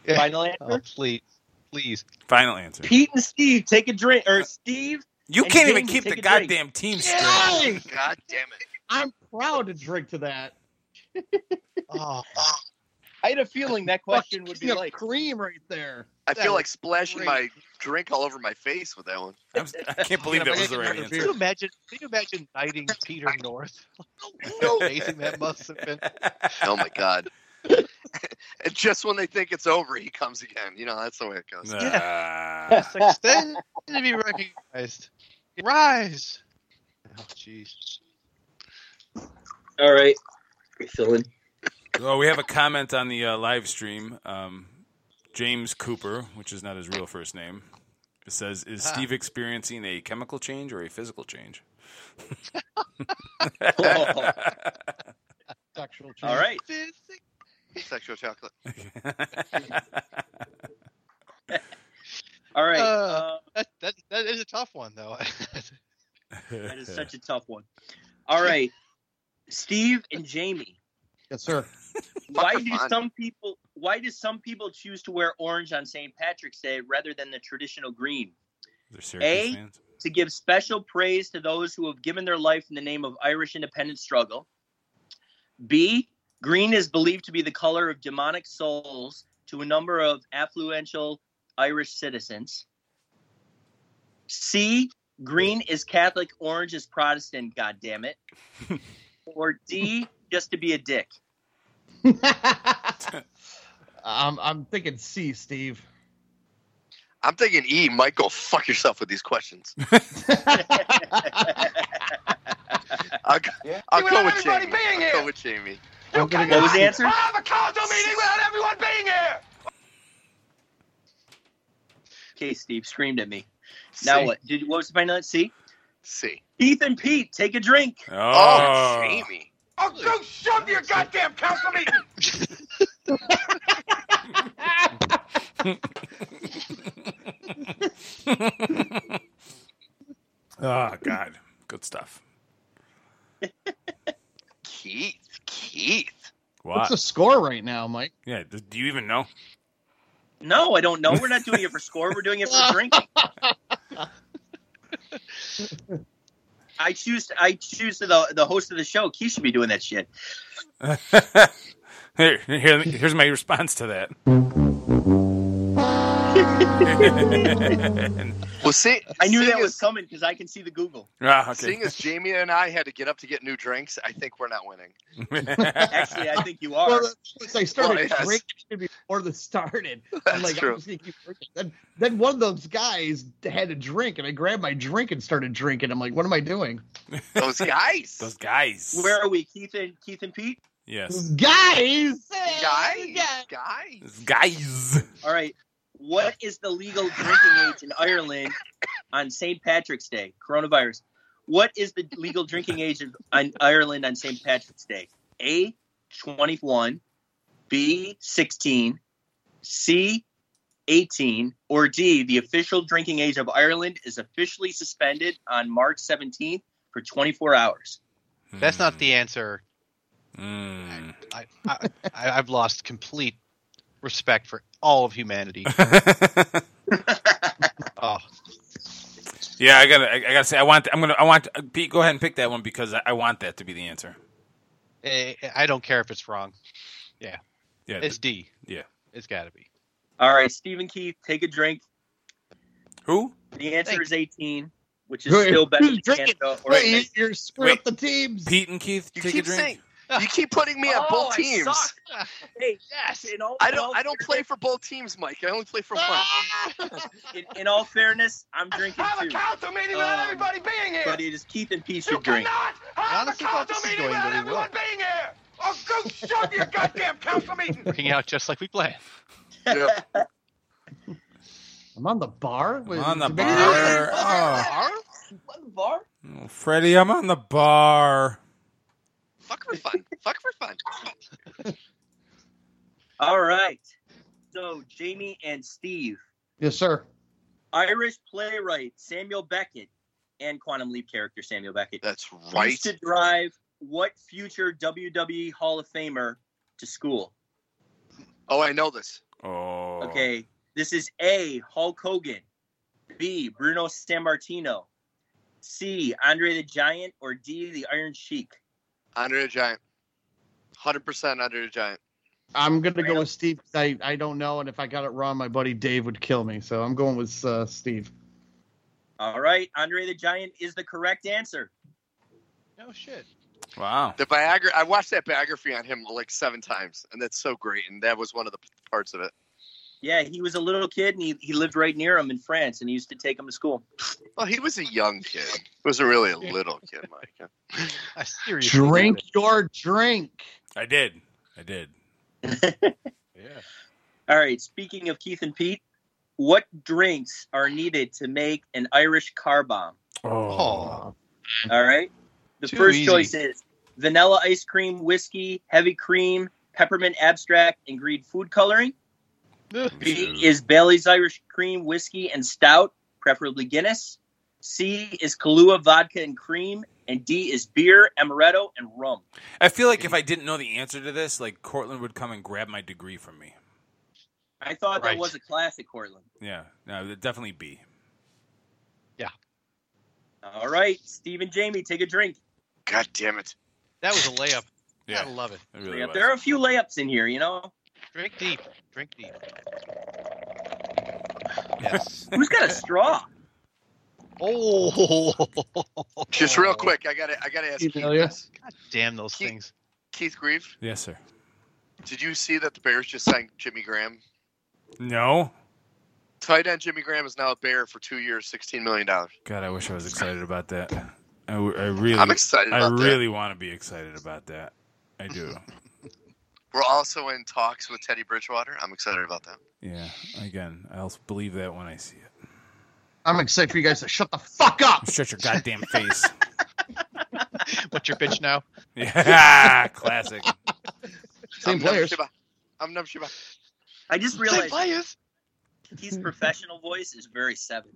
[SPEAKER 7] Final answer.
[SPEAKER 5] Oh, please, please.
[SPEAKER 1] Final answer.
[SPEAKER 7] Pete and Steve take a drink, or Steve.
[SPEAKER 1] You
[SPEAKER 7] and
[SPEAKER 1] can't even
[SPEAKER 7] James
[SPEAKER 1] keep
[SPEAKER 7] take
[SPEAKER 1] the
[SPEAKER 7] a drink.
[SPEAKER 1] goddamn team straight.
[SPEAKER 12] Yay!
[SPEAKER 6] God damn it.
[SPEAKER 12] I'm proud to drink to that.
[SPEAKER 5] Oh,
[SPEAKER 7] I had a feeling that question would be
[SPEAKER 12] King of
[SPEAKER 7] like
[SPEAKER 12] cream right there.
[SPEAKER 6] I
[SPEAKER 12] That
[SPEAKER 6] feel
[SPEAKER 12] was
[SPEAKER 6] like splashing
[SPEAKER 12] great.
[SPEAKER 6] my drink all over my face with that one.
[SPEAKER 1] I'm, I can't believe that was the right
[SPEAKER 5] Can
[SPEAKER 1] answer.
[SPEAKER 5] you imagine? Can you imagine
[SPEAKER 12] (laughs)
[SPEAKER 5] knighting Peter North? (laughs)
[SPEAKER 6] No.
[SPEAKER 5] Amazing that must have been.
[SPEAKER 6] Oh my god. (laughs) and just when they think it's over, he comes again. You know, that's the way it goes.
[SPEAKER 1] (laughs) Nah.
[SPEAKER 5] It's like stand to be recognized. Rise. Oh, jeez.
[SPEAKER 7] All right. (laughs) Refilling.
[SPEAKER 1] Oh, we have a comment on the uh, live stream. Um, James Cooper, which is not his real first name, says, "Is
[SPEAKER 5] Ah.
[SPEAKER 1] Steve experiencing a chemical change or a physical change?" (laughs)
[SPEAKER 12] Sexual change.
[SPEAKER 7] All right.
[SPEAKER 6] Sexual chocolate.
[SPEAKER 7] Oh,
[SPEAKER 2] is a tough one, though.
[SPEAKER 7] That is such a tough one. All right, Steve and Jamie.
[SPEAKER 5] Yes, sir.
[SPEAKER 7] Why do
[SPEAKER 5] Microphone.
[SPEAKER 7] some people? Why do some people choose to wear orange on St. Patrick's Day rather than the traditional green?
[SPEAKER 1] (laughs) They're
[SPEAKER 7] A, to give special praise to those who have given their life in the name of Irish independence struggle. B, green is believed to be the color of demonic souls to a number of affluential Irish citizens. C, green is Catholic, orange is Protestant, God damn it. or D, just to be a dick.
[SPEAKER 5] (laughs) I'm I'm thinking C, Steve.
[SPEAKER 6] I'm thinking E. Mike, go fuck yourself with these questions. I'll, go- I'll
[SPEAKER 9] Without
[SPEAKER 6] go with
[SPEAKER 9] everybody
[SPEAKER 6] Jamie.
[SPEAKER 9] being
[SPEAKER 6] I'll
[SPEAKER 9] here.
[SPEAKER 6] go with Jamie.
[SPEAKER 9] You
[SPEAKER 7] gonna
[SPEAKER 9] cannot
[SPEAKER 7] go with the answer?
[SPEAKER 9] have a council meeting without everyone being here.
[SPEAKER 7] Okay, Steve screamed at me. Now
[SPEAKER 9] C.
[SPEAKER 7] what? Did what was my final C?
[SPEAKER 6] C.
[SPEAKER 7] Keith and Pete, take a drink.
[SPEAKER 1] Oh. Oh, Jamie.
[SPEAKER 9] Oh, go shove your goddamn council meeting.
[SPEAKER 1] Oh God, good stuff.
[SPEAKER 6] Keith, Keith.
[SPEAKER 5] What's the score right now, Mike?
[SPEAKER 1] Yeah, d- do you even know?
[SPEAKER 7] No, I don't know. We're not doing it for score. We're doing it for drinking. I choose. I choose to the the host of the show. Keith should be doing that shit.
[SPEAKER 1] Here, here, here's my response to that. (laughs)
[SPEAKER 6] Well, see,
[SPEAKER 7] I knew
[SPEAKER 6] seeing
[SPEAKER 7] that was
[SPEAKER 6] as-
[SPEAKER 7] coming because I can see the Google.
[SPEAKER 1] Ah, okay.
[SPEAKER 6] Seeing as Jamie and I had to get up to get new drinks, I think we're not winning.
[SPEAKER 7] Actually, I think you are.
[SPEAKER 5] Well, since I started
[SPEAKER 6] Well, yes.
[SPEAKER 5] drinking before this started, I'm
[SPEAKER 6] That's
[SPEAKER 5] like,
[SPEAKER 6] true.
[SPEAKER 5] I'm just gonna keep drinking. Then, then one of those guys had a drink, and I grabbed my drink and started drinking. I'm like, what am I doing?
[SPEAKER 1] (laughs)
[SPEAKER 6] Those guys.
[SPEAKER 1] (laughs) Those guys.
[SPEAKER 7] Where are we, Keith and Keith and Pete?
[SPEAKER 1] Yes.
[SPEAKER 5] Guys.
[SPEAKER 6] Guys. Guys.
[SPEAKER 1] Guys.
[SPEAKER 7] All right. What is the legal drinking age in Ireland on St. Patrick's Day? Coronavirus. What is the legal drinking age of- in Ireland on St. Patrick's Day? A, 21, B, 16, C, 18, or D, the official drinking age of Ireland is officially suspended on March 17th for 24 hours.
[SPEAKER 2] That's not the answer.
[SPEAKER 1] Hmm.
[SPEAKER 2] I, I, I, I've lost complete respect for all of humanity. oh,
[SPEAKER 1] Yeah, I gotta, I, I gotta say, I want, I'm gonna, I want uh, Pete. Go ahead and pick that one because I, I want that to be the answer.
[SPEAKER 2] eh, I don't care if it's wrong. Yeah,
[SPEAKER 1] Yeah,
[SPEAKER 2] it's D.
[SPEAKER 1] Yeah,
[SPEAKER 2] It's got to be.
[SPEAKER 7] All right, Stephen Keith, take a drink.
[SPEAKER 1] Who?
[SPEAKER 7] The answer is 18, which is
[SPEAKER 5] Who's
[SPEAKER 7] still better than
[SPEAKER 5] drinking?
[SPEAKER 7] Canada. Or
[SPEAKER 5] Wait, you- you're screwing up the teams.
[SPEAKER 1] Pete and Keith,
[SPEAKER 6] You
[SPEAKER 1] take
[SPEAKER 6] keep
[SPEAKER 1] a drink.
[SPEAKER 6] saying you keep putting me
[SPEAKER 7] Oh,
[SPEAKER 6] on both
[SPEAKER 7] I
[SPEAKER 6] teams.
[SPEAKER 7] suck. Hey, yes. In all,
[SPEAKER 6] I
[SPEAKER 7] in all
[SPEAKER 6] don't. I don't play for both teams, Mike. I only play for one.
[SPEAKER 7] Ah. In, in all fairness, I'm drinking
[SPEAKER 9] Have
[SPEAKER 7] too.
[SPEAKER 9] a council meeting without
[SPEAKER 7] Um,
[SPEAKER 9] everybody being here.
[SPEAKER 7] But it is Keith and Pete
[SPEAKER 9] You
[SPEAKER 7] should drink.
[SPEAKER 9] cannot have a council
[SPEAKER 2] this is
[SPEAKER 9] meeting
[SPEAKER 2] going
[SPEAKER 9] without
[SPEAKER 2] really
[SPEAKER 9] everyone being here. Oh, go shove your goddamn council
[SPEAKER 2] (laughs)
[SPEAKER 9] meeting.
[SPEAKER 2] Working out just like we planned.
[SPEAKER 7] (laughs)
[SPEAKER 5] I'm on the bar. Wait,
[SPEAKER 1] on the
[SPEAKER 5] it's a big-
[SPEAKER 1] bar. Oh.
[SPEAKER 7] What the bar?
[SPEAKER 1] Oh, Freddie, I'm on the bar.
[SPEAKER 6] Fuck for fun. Fuck for fun.
[SPEAKER 7] All right. So Jamie and Steve,
[SPEAKER 5] (laughs) Yes, sir.
[SPEAKER 7] Irish playwright Samuel Beckett and Quantum Leap character Samuel Beckett.
[SPEAKER 6] That's
[SPEAKER 7] Used to drive what future WWE Hall of Famer to school?
[SPEAKER 6] Oh, I know this.
[SPEAKER 1] Oh.
[SPEAKER 7] Okay. This is A. Hulk Hogan, B. Bruno Sammartino, C. Andre the Giant, or D. The Iron Sheik.
[SPEAKER 6] Under the giant. Hundred percent under the giant.
[SPEAKER 5] I'm gonna go with Steve. 'cause I I don't know, and if I got it wrong, my buddy Dave would kill me. So I'm going with uh, Steve.
[SPEAKER 7] All right, Andre the Giant is the correct answer.
[SPEAKER 2] No shit.
[SPEAKER 1] Wow.
[SPEAKER 6] The biography. I watched that biography on him like seven times, and that's so great. And that was one of the p- parts of it.
[SPEAKER 7] Yeah, he was a little kid and he, he lived right near him in France and he used to take him to school.
[SPEAKER 6] Well, he was a young kid. He wasn't really a little kid, Mike.
[SPEAKER 2] I seriously.
[SPEAKER 5] Drink your drink.
[SPEAKER 1] I did. I did.
[SPEAKER 2] Yeah.
[SPEAKER 7] All right, speaking of Keith and Pete, what drinks are needed to make an Irish car bomb?
[SPEAKER 2] Oh.
[SPEAKER 7] All right. The
[SPEAKER 2] Too
[SPEAKER 7] first
[SPEAKER 2] easy.
[SPEAKER 7] choice is vanilla ice cream, whiskey, heavy cream, peppermint abstract, and green food coloring.
[SPEAKER 2] Ugh.
[SPEAKER 7] B is Bailey's Irish cream, whiskey, and stout, preferably Guinness. C is Kahlua vodka and cream, and D is beer, amaretto, and rum.
[SPEAKER 1] I feel like if I didn't know the answer to this, like Cortland would come and grab my degree from me.
[SPEAKER 7] I thought
[SPEAKER 1] Right.
[SPEAKER 7] that was a classic, Cortland.
[SPEAKER 1] Yeah, no, it'd definitely B.
[SPEAKER 7] All right, Steve and Jamie, take a drink.
[SPEAKER 6] God damn it.
[SPEAKER 2] That was a layup.
[SPEAKER 1] Yeah.
[SPEAKER 2] Gotta love it.
[SPEAKER 7] Layup. there are a few layups in here, you know.
[SPEAKER 2] Drink deep. Drink deep.
[SPEAKER 7] Who's
[SPEAKER 1] (laughs)
[SPEAKER 7] got a straw?
[SPEAKER 2] (laughs) Oh,
[SPEAKER 6] Just real quick, I gotta I gotta ask Keith, this.
[SPEAKER 2] damn those things.
[SPEAKER 6] Keith Grieve,
[SPEAKER 1] Yes, sir.
[SPEAKER 6] did you see that the Bears just signed Jimmy Graham?
[SPEAKER 1] No.
[SPEAKER 6] Tight end Jimmy Graham is now a Bear for two years, sixteen million dollars.
[SPEAKER 1] God, I wish I was excited about that. I, w- I really,
[SPEAKER 6] I'm excited
[SPEAKER 1] I
[SPEAKER 6] about that.
[SPEAKER 1] really want to be excited about that. I do.
[SPEAKER 6] We're also in talks with Teddy Bridgewater. I'm excited about that.
[SPEAKER 1] yeah. Again, I'll believe that when I see it.
[SPEAKER 5] I'm excited for you guys to shut the fuck up.
[SPEAKER 1] Shut your goddamn face.
[SPEAKER 2] (laughs) What's your bitch now?
[SPEAKER 1] Yeah, (laughs) classic.
[SPEAKER 5] Same
[SPEAKER 6] I'm
[SPEAKER 5] players.
[SPEAKER 6] Numb Shiba. I'm Numb Shiba.
[SPEAKER 7] I just
[SPEAKER 6] Same
[SPEAKER 7] realized
[SPEAKER 6] players.
[SPEAKER 7] Keith's professional voice is very seven.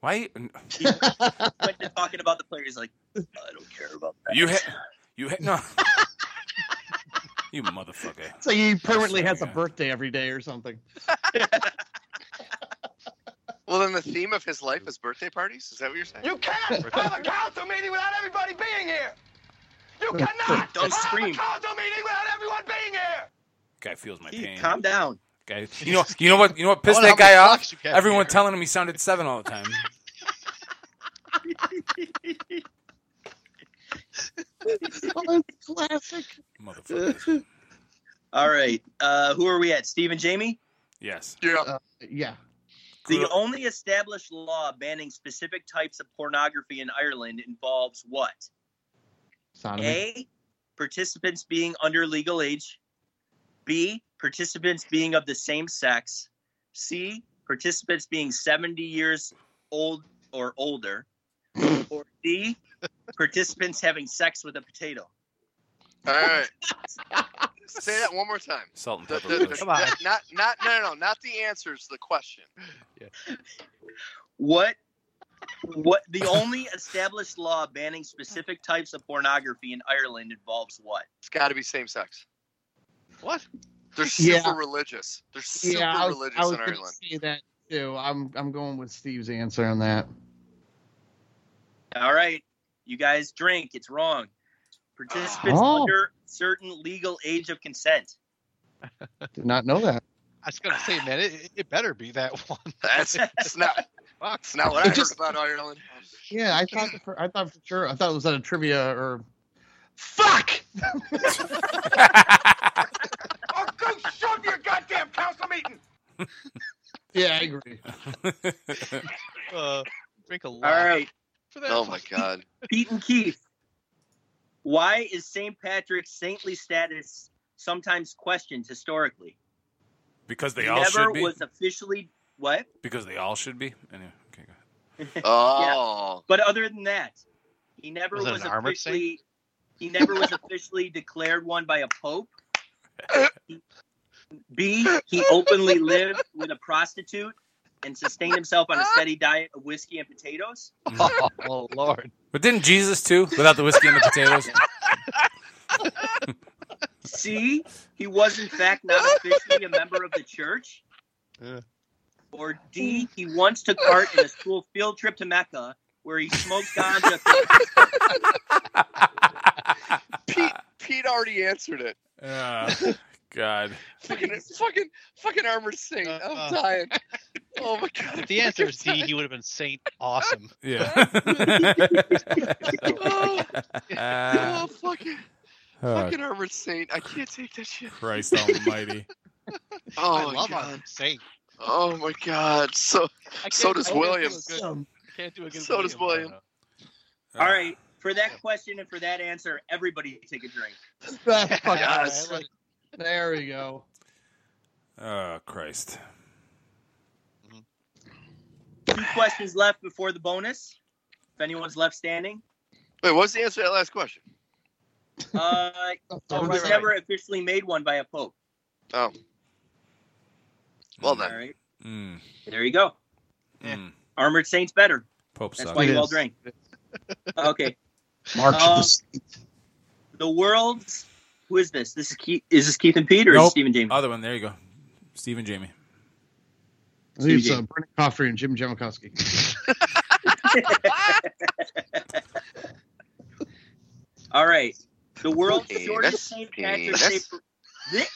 [SPEAKER 1] Why?
[SPEAKER 7] He went to talking about the players like, I don't care about that.
[SPEAKER 1] You hit. You hit. No. (laughs) you motherfucker.
[SPEAKER 5] So he permanently has a birthday every day or something.
[SPEAKER 6] Well, then the theme of his life is birthday parties. Is that what you're saying?
[SPEAKER 9] You can't have a council meeting without everybody being here. You cannot
[SPEAKER 7] Don't
[SPEAKER 9] have
[SPEAKER 7] scream.
[SPEAKER 9] a council meeting without everyone being here.
[SPEAKER 1] Guy feels my
[SPEAKER 7] Keith,
[SPEAKER 1] pain.
[SPEAKER 7] calm down.
[SPEAKER 1] Guy, you know, you know what, you know what pissed
[SPEAKER 2] I wonder
[SPEAKER 1] that
[SPEAKER 2] how many
[SPEAKER 1] guy off?
[SPEAKER 2] fucks you got
[SPEAKER 1] Everyone
[SPEAKER 2] here.
[SPEAKER 1] telling him he sounded seven all the time.
[SPEAKER 5] classic.
[SPEAKER 1] Motherfucker.
[SPEAKER 7] All right. Uh, who are we at? Steve and Jamie?
[SPEAKER 1] Yes.
[SPEAKER 6] Yeah.
[SPEAKER 5] Uh, yeah.
[SPEAKER 7] The
[SPEAKER 1] Cool.
[SPEAKER 7] only established law banning specific types of pornography in Ireland involves what?
[SPEAKER 5] Sodomy.
[SPEAKER 7] A. Participants being under legal age. B. Participants being of the same sex. C. Participants being 70 years old or (laughs) older. or D. Participants having sex with a potato.
[SPEAKER 6] All right. Say that one more time.
[SPEAKER 1] Salt and
[SPEAKER 6] The-
[SPEAKER 1] pepper.
[SPEAKER 6] the-
[SPEAKER 1] relish.
[SPEAKER 6] the- not, not, no, no, no, not the answers. The question.
[SPEAKER 7] What? What? The (laughs) only established law banning specific types of pornography in Ireland involves what?
[SPEAKER 6] It's got to be same sex.
[SPEAKER 2] What?
[SPEAKER 6] They're
[SPEAKER 5] Yeah.
[SPEAKER 6] super religious. They're super
[SPEAKER 5] Yeah, I was,
[SPEAKER 6] religious
[SPEAKER 5] I was
[SPEAKER 6] in
[SPEAKER 5] gonna
[SPEAKER 6] Ireland.
[SPEAKER 5] say that too. I'm I'm going with Steve's answer on that.
[SPEAKER 7] All right, you guys drink. It's wrong. Participants
[SPEAKER 5] Oh.
[SPEAKER 7] under certain legal age of consent.
[SPEAKER 5] Did not know that.
[SPEAKER 2] I was gonna say, man, it, it better be that (laughs) one.
[SPEAKER 6] That's it's not.
[SPEAKER 2] Fuck.
[SPEAKER 6] It's not what
[SPEAKER 5] It
[SPEAKER 6] I
[SPEAKER 5] just-
[SPEAKER 6] heard about Ireland.
[SPEAKER 5] Yeah, I thought for, I thought for sure. I thought it was at a trivia or. Fuck!
[SPEAKER 9] Or go shove your goddamn council meeting.
[SPEAKER 5] Yeah, I agree.
[SPEAKER 2] Uh, drink a lot.
[SPEAKER 7] All right,
[SPEAKER 2] For that
[SPEAKER 6] Oh my god.
[SPEAKER 7] Pete and Keith. Why is St. Patrick's saintly status sometimes questioned historically?
[SPEAKER 1] (laughs) Because they
[SPEAKER 7] He
[SPEAKER 1] all
[SPEAKER 7] never
[SPEAKER 1] should be.
[SPEAKER 7] was officially what?
[SPEAKER 1] Because they all should be. Anyway, okay, go ahead.
[SPEAKER 6] Oh.
[SPEAKER 7] But other than that, he never
[SPEAKER 2] Was
[SPEAKER 7] was,
[SPEAKER 2] that an armored saint?
[SPEAKER 7] officially he never was officially declared one by a pope. B, he openly lived with a prostitute and sustained himself on a steady diet of whiskey and potatoes.
[SPEAKER 2] Oh lord.
[SPEAKER 1] But didn't Jesus too? Without the whiskey and the
[SPEAKER 7] (laughs)
[SPEAKER 1] potatoes.
[SPEAKER 7] C, he was in fact not officially a member of the church.
[SPEAKER 2] Yeah.
[SPEAKER 7] Or D, he once took part in a school field trip to Mecca where he smoked ganja. for-
[SPEAKER 6] (laughs) Pete, Pete already answered it.
[SPEAKER 1] Ah, God.
[SPEAKER 6] Fucking, fucking, fucking armored saint.
[SPEAKER 2] Uh,
[SPEAKER 6] I'm
[SPEAKER 2] uh.
[SPEAKER 6] dying. Oh my god.
[SPEAKER 2] If the answer is D, he would have been Saint Awesome.
[SPEAKER 7] (laughs)
[SPEAKER 1] Yeah.
[SPEAKER 6] oh,
[SPEAKER 1] Ah.
[SPEAKER 6] oh, fucking,
[SPEAKER 1] Oh,
[SPEAKER 6] fucking armored saint. I can't take that shit.
[SPEAKER 1] Christ Almighty.
[SPEAKER 6] Oh
[SPEAKER 2] I
[SPEAKER 6] my
[SPEAKER 2] love
[SPEAKER 6] god.
[SPEAKER 2] Armored Saint.
[SPEAKER 6] Oh my god. So,
[SPEAKER 2] I
[SPEAKER 6] So
[SPEAKER 2] can't-
[SPEAKER 6] does
[SPEAKER 2] I can't do a
[SPEAKER 6] William.
[SPEAKER 2] good- Can't do a good
[SPEAKER 6] So does William.
[SPEAKER 2] uh,
[SPEAKER 7] All right, for that question and for that answer, everybody take a drink.
[SPEAKER 5] (laughs) That's fucking
[SPEAKER 6] Yes.
[SPEAKER 5] right. There we go.
[SPEAKER 1] Oh Christ.
[SPEAKER 7] Two questions left before the bonus. If anyone's left standing,
[SPEAKER 2] uh,
[SPEAKER 6] wait, what's the answer to that last question?
[SPEAKER 7] uh,
[SPEAKER 5] Oh,
[SPEAKER 7] he
[SPEAKER 5] right,
[SPEAKER 7] was
[SPEAKER 5] right.
[SPEAKER 7] never officially made one by a pope.
[SPEAKER 6] Oh. Well
[SPEAKER 7] All
[SPEAKER 6] then.
[SPEAKER 7] right,
[SPEAKER 1] Mm,
[SPEAKER 7] there you go.
[SPEAKER 1] mm.
[SPEAKER 7] Armored Saints better.
[SPEAKER 1] Pope
[SPEAKER 7] That's
[SPEAKER 1] sucks.
[SPEAKER 7] why
[SPEAKER 1] It
[SPEAKER 7] you all
[SPEAKER 1] is.
[SPEAKER 7] drank. okay.
[SPEAKER 1] March
[SPEAKER 7] Um,
[SPEAKER 1] the
[SPEAKER 7] the world's. Who is this? This is Keith. Is this Keith and Pete or is
[SPEAKER 1] Nope.
[SPEAKER 7] it Stephen James?
[SPEAKER 1] Other one. There you go. Stephen Jamie.
[SPEAKER 5] I think it's uh, Brendan Coffrey and Jim Jamakowski.
[SPEAKER 7] All right. The world's
[SPEAKER 5] Okay,
[SPEAKER 7] shortest St.
[SPEAKER 5] that's- okay,
[SPEAKER 7] Patrick's Day.
[SPEAKER 5] that's-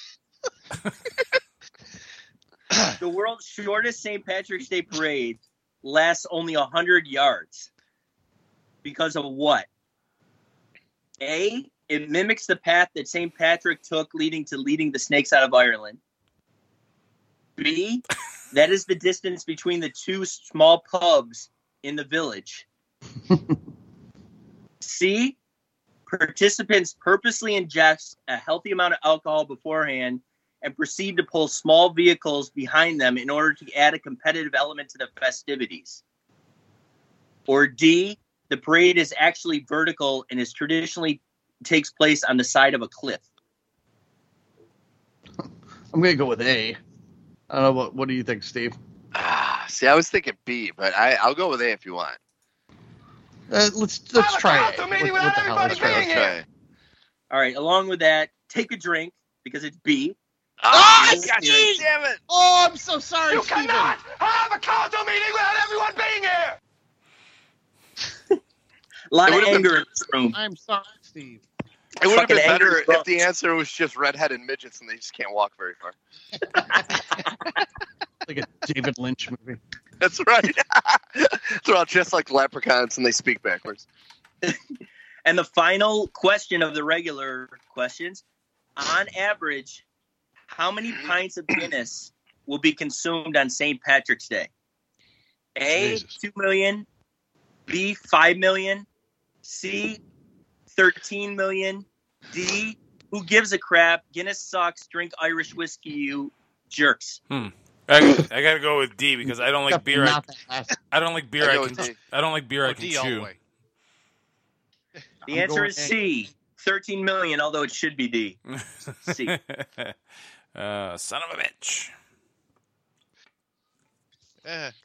[SPEAKER 7] par- the world's shortest St. Patrick's Day parade lasts only 100 yards. Because of what? A, it mimics the path that St. Patrick took leading to leading the snakes out of Ireland. B, that is the distance between the two small pubs in the
[SPEAKER 5] (laughs)
[SPEAKER 7] village. C, participants purposely ingest a healthy amount of alcohol beforehand and proceed to pull small vehicles behind them in order to add a competitive element to the festivities. Or D, the parade is actually vertical and is traditionally takes place on the side of a cliff.
[SPEAKER 5] I'm gonna go with A. I don't know what. What do you think, Steve?
[SPEAKER 6] Ah, see, I was thinking B, but I, I'll go with A if you want.
[SPEAKER 5] Uh, let's let's try it.
[SPEAKER 7] council
[SPEAKER 5] What,
[SPEAKER 7] meeting
[SPEAKER 5] what the hell? Let's try it.
[SPEAKER 7] All right, along with that, take a drink because it's B.
[SPEAKER 6] Ah,
[SPEAKER 7] This
[SPEAKER 6] gotcha.
[SPEAKER 7] is-
[SPEAKER 6] Damn it!
[SPEAKER 5] Oh, I'm so sorry,
[SPEAKER 9] You cannot have a council meeting without everyone being here.
[SPEAKER 7] lot of
[SPEAKER 6] would've
[SPEAKER 7] anger
[SPEAKER 6] been-
[SPEAKER 7] in this room.
[SPEAKER 5] I'm sorry, Steve.
[SPEAKER 6] It would have been
[SPEAKER 7] Fucking
[SPEAKER 6] better
[SPEAKER 7] angry
[SPEAKER 6] if the answer was just redheaded midgets and they just can't walk very far.
[SPEAKER 5] (laughs) Like a David Lynch movie.
[SPEAKER 6] That's right. (laughs) They're all just like leprechauns and they speak backwards.
[SPEAKER 7] And the final question of the regular questions on average, how many
[SPEAKER 1] Mm-hmm.
[SPEAKER 7] pints of Guinness will be consumed on St. Patrick's Day? A, 2 million, B, 5 million, C, 13 million, D, who gives a crap? Guinness sucks, drink Irish whiskey, you jerks.
[SPEAKER 1] Hmm. I, I gotta go with D because I don't like beer. I, I don't like beer. I,
[SPEAKER 7] I go with
[SPEAKER 1] can.
[SPEAKER 7] D.
[SPEAKER 1] I don't like beer. I can
[SPEAKER 7] D all the
[SPEAKER 1] chew. (laughs)
[SPEAKER 7] way. The
[SPEAKER 1] I'm
[SPEAKER 7] answer
[SPEAKER 1] going
[SPEAKER 7] is
[SPEAKER 1] A.
[SPEAKER 7] C, 13 million, although it should
[SPEAKER 1] (laughs)
[SPEAKER 7] be D. C.
[SPEAKER 1] uh, son of a bitch.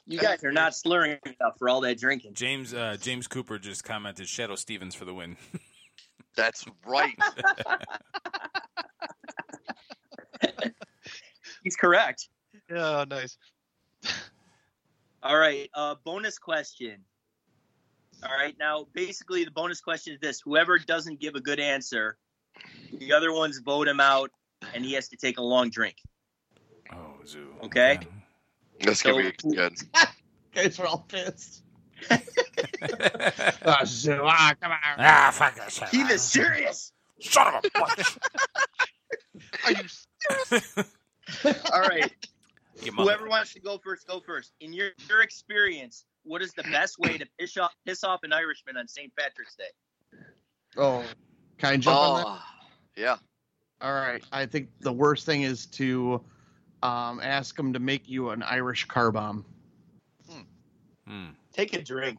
[SPEAKER 7] You guys are not slurring enough for all that drinking.
[SPEAKER 1] James uh, James Cooper just commented Shadow Stevens for the win.
[SPEAKER 6] That's right.
[SPEAKER 7] He's correct.
[SPEAKER 2] Oh, nice.
[SPEAKER 7] All right. Uh, bonus question. All right. Now, basically, the bonus question is this: whoever doesn't give a good answer, the other ones vote him out, and he has to take a long drink.
[SPEAKER 1] Oh, zoo.
[SPEAKER 7] Okay.
[SPEAKER 6] That's gonna
[SPEAKER 7] So-
[SPEAKER 6] be good.
[SPEAKER 5] Guys are all pissed. Ah, so- ah, come on.
[SPEAKER 1] (laughs) Ah, fuck that shit. Ah.
[SPEAKER 7] Keith is serious.
[SPEAKER 1] Son of a bitch.
[SPEAKER 7] All (laughs) right.
[SPEAKER 1] Your mother.
[SPEAKER 7] (laughs) Whoever wants to go first, go first. In your, your experience, what is the best way to piss off piss off an Irishman on St. Patrick's Day?
[SPEAKER 5] Oh, can I jump
[SPEAKER 6] Oh,
[SPEAKER 5] on that?
[SPEAKER 6] Ah, Yeah.
[SPEAKER 5] All right. I think the worst thing is to um, ask them to make you an Irish car bomb.
[SPEAKER 7] Take a drink.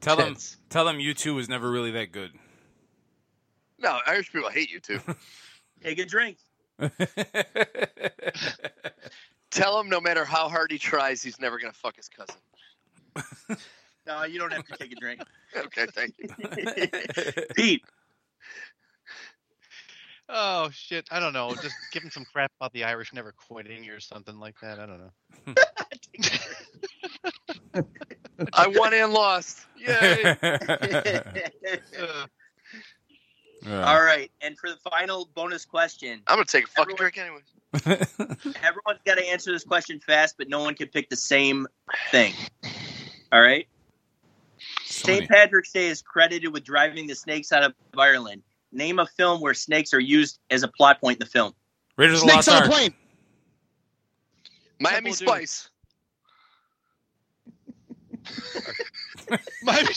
[SPEAKER 1] Tell them, tell them you two was never really that good.
[SPEAKER 7] (laughs)
[SPEAKER 6] No, Irish people hate you too.
[SPEAKER 7] Take a drink.
[SPEAKER 6] Tell him no matter how hard he tries, he's never gonna fuck his cousin.
[SPEAKER 7] No, you don't have to take a drink.
[SPEAKER 6] Okay, thank you.
[SPEAKER 7] (laughs) Pete.
[SPEAKER 2] Oh shit! I don't know. Just give him some crap about the Irish never quitting or something like that. I don't know.
[SPEAKER 6] I won and lost.
[SPEAKER 1] (laughs)
[SPEAKER 6] Yay!
[SPEAKER 7] All right, and for the final bonus question,
[SPEAKER 6] I'm gonna take a fucking drink anyway.
[SPEAKER 1] (laughs)
[SPEAKER 7] everyone's got to answer this question fast, but no one can pick the same thing. All right. St. Patrick's Day is credited with driving the snakes out of Ireland. Name a film where snakes are used as a plot point in the film.
[SPEAKER 1] Raiders
[SPEAKER 7] of the Snakes Lost on a Ark.
[SPEAKER 5] plane.
[SPEAKER 6] Miami Spice.
[SPEAKER 2] Miami.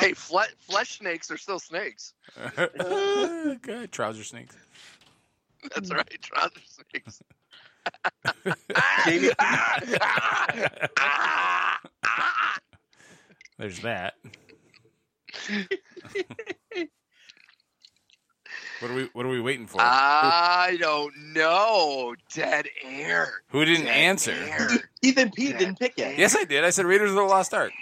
[SPEAKER 6] Hey, fle- flesh snakes are still snakes. (laughs)
[SPEAKER 1] (laughs) Good trouser snakes.
[SPEAKER 6] That's
[SPEAKER 7] Mm-hmm.
[SPEAKER 6] right, trouser
[SPEAKER 7] (laughs)
[SPEAKER 6] snakes.
[SPEAKER 7] Jamie-
[SPEAKER 1] There's that. (laughs) What are we What are we waiting for?
[SPEAKER 6] Uh, I don't know. Dead air.
[SPEAKER 1] Who didn't answer?
[SPEAKER 7] (laughs) Even Pete didn't pick it.
[SPEAKER 1] Yes, I did. I said Raiders of the Lost Ark.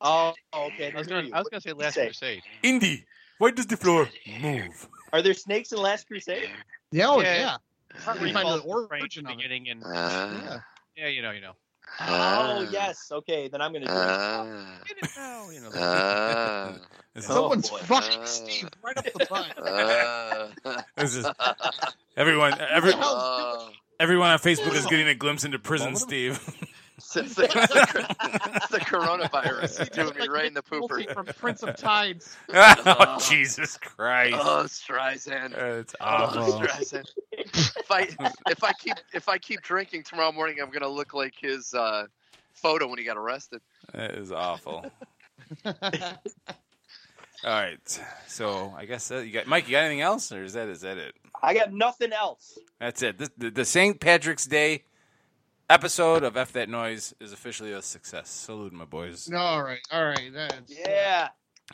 [SPEAKER 7] Oh, okay. I was going
[SPEAKER 2] to say Last Crusade.
[SPEAKER 1] Indy, why does the floor move?
[SPEAKER 7] Are there snakes in Last Crusade?
[SPEAKER 5] Yeah, oh, yeah.
[SPEAKER 2] Three
[SPEAKER 5] Kind of the
[SPEAKER 2] false right
[SPEAKER 5] origin
[SPEAKER 2] in the
[SPEAKER 5] of it.
[SPEAKER 2] beginning and
[SPEAKER 6] Uh,
[SPEAKER 2] yeah, you know, you know.
[SPEAKER 5] Uh,
[SPEAKER 7] Oh yes. Okay, then I'm going to.
[SPEAKER 6] Uh,
[SPEAKER 7] Oh, you know.
[SPEAKER 6] uh,
[SPEAKER 1] Oh,
[SPEAKER 5] Someone's
[SPEAKER 6] boy.
[SPEAKER 5] fucking Steve right up the butt. (laughs)
[SPEAKER 6] uh,
[SPEAKER 1] This is- everyone, every, everyone on Facebook is getting a glimpse into prison, Steve.
[SPEAKER 6] It's the, it's the- it's the coronavirus
[SPEAKER 5] (laughs)
[SPEAKER 6] It's doing me right in the
[SPEAKER 5] Pulte
[SPEAKER 6] pooper.
[SPEAKER 5] from Prince of Tides.
[SPEAKER 1] (laughs) oh, Jesus Christ!
[SPEAKER 6] Oh, Streisand.
[SPEAKER 1] It's
[SPEAKER 6] Oh,
[SPEAKER 1] awful.
[SPEAKER 6] Streisand. If I if I keep if I keep drinking tomorrow morning, I'm gonna look like his uh, photo when he got arrested.
[SPEAKER 1] That is awful. All right, so I guess that you got Mike. You got anything else, or is that is that it?
[SPEAKER 7] I got nothing else.
[SPEAKER 1] That's it. This, the, the St. Patrick's Day episode of F That Noise is officially a success. Salute, my boys.
[SPEAKER 5] No, all right, all right. That's, uh,
[SPEAKER 7] Yeah.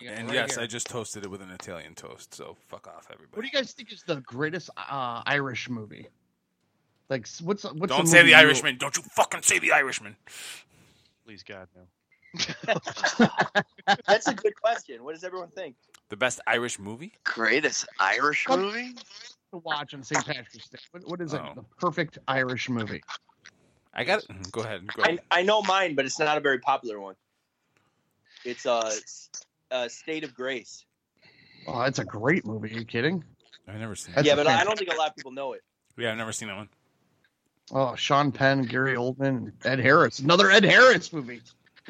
[SPEAKER 1] and
[SPEAKER 5] right
[SPEAKER 1] yes,
[SPEAKER 5] here.
[SPEAKER 1] I just toasted it with an Italian toast. So fuck off, everybody.
[SPEAKER 5] What do you guys think is the greatest uh, Irish movie? Like, s- what's what's?
[SPEAKER 1] Don't
[SPEAKER 5] the
[SPEAKER 1] say
[SPEAKER 5] movie
[SPEAKER 1] the
[SPEAKER 5] you-
[SPEAKER 1] Irishman. Don't you fucking say the Irishman.
[SPEAKER 2] Please God no.
[SPEAKER 7] That's a good question. What does everyone think?
[SPEAKER 1] The best Irish movie?
[SPEAKER 6] Greatest Irish
[SPEAKER 5] Come-
[SPEAKER 6] movie?
[SPEAKER 5] to watch on St. Patrick's Day? What, what is
[SPEAKER 1] Oh.
[SPEAKER 5] it? The perfect Irish movie.
[SPEAKER 1] I got it. Go ahead. Go
[SPEAKER 7] I,
[SPEAKER 1] ahead.
[SPEAKER 7] I know mine, but it's not a very popular one. It's a, uh s- uh, State of Grace.
[SPEAKER 5] Oh, that's a great movie. Are you kidding?
[SPEAKER 1] I've never seen.
[SPEAKER 5] That's
[SPEAKER 1] it.
[SPEAKER 7] yeah,
[SPEAKER 5] a
[SPEAKER 7] but I
[SPEAKER 5] fan-
[SPEAKER 7] don't think a lot of people know it.
[SPEAKER 1] Yeah, I've never seen that one.
[SPEAKER 5] Oh, Sean Penn, Gary Oldman, Ed Harris. Another Ed Harris movie.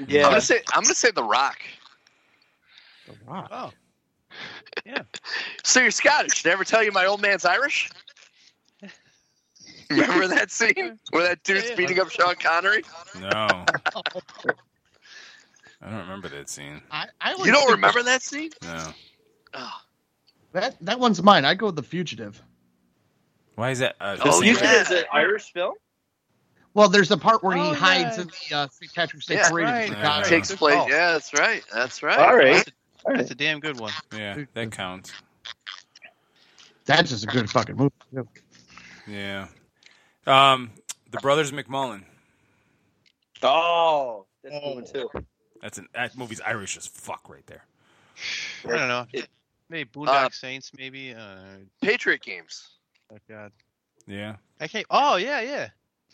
[SPEAKER 7] Yeah.
[SPEAKER 6] I'm gonna say I'm gonna say The Rock.
[SPEAKER 5] The Rock.
[SPEAKER 2] Oh.
[SPEAKER 6] So you're Scottish. Did I ever tell you my old man's (laughs) Irish? Remember that scene where that dude's
[SPEAKER 2] Yeah, yeah.
[SPEAKER 6] beating up Sean Connery?
[SPEAKER 1] No, I don't remember that scene.
[SPEAKER 5] I, I would
[SPEAKER 6] You don't
[SPEAKER 5] say-
[SPEAKER 6] remember that scene?
[SPEAKER 1] No.
[SPEAKER 6] Oh,
[SPEAKER 5] that? That one's mine. I go with The Fugitive.
[SPEAKER 1] Why is that? Uh,
[SPEAKER 6] Oh,
[SPEAKER 1] same-
[SPEAKER 7] You
[SPEAKER 6] yeah.
[SPEAKER 7] said it's an Irish film?
[SPEAKER 5] Well, there's the part where he
[SPEAKER 2] Oh,
[SPEAKER 5] hides
[SPEAKER 2] yeah.
[SPEAKER 5] in the uh, St. Patrick's Day
[SPEAKER 6] Yeah,
[SPEAKER 5] parade
[SPEAKER 2] right,
[SPEAKER 5] in
[SPEAKER 1] right.
[SPEAKER 5] Chicago.
[SPEAKER 1] Take-
[SPEAKER 6] takes
[SPEAKER 2] Good
[SPEAKER 6] place.
[SPEAKER 2] call.
[SPEAKER 6] Yeah, that's right. That's right.
[SPEAKER 7] All right.
[SPEAKER 2] That's a damn good one.
[SPEAKER 1] yeah, that counts.
[SPEAKER 5] That's just a good fucking movie. too.
[SPEAKER 1] Yeah. Um, the brothers McMullen.
[SPEAKER 7] Oh, that's a good one too.
[SPEAKER 1] That's an that movie's Irish as fuck right there.
[SPEAKER 2] I don't know.
[SPEAKER 7] It-
[SPEAKER 2] Maybe Boondock Saints, maybe. Uh,
[SPEAKER 6] Patriot games.
[SPEAKER 2] oh God.
[SPEAKER 1] Yeah.
[SPEAKER 2] I can't. Oh yeah, yeah.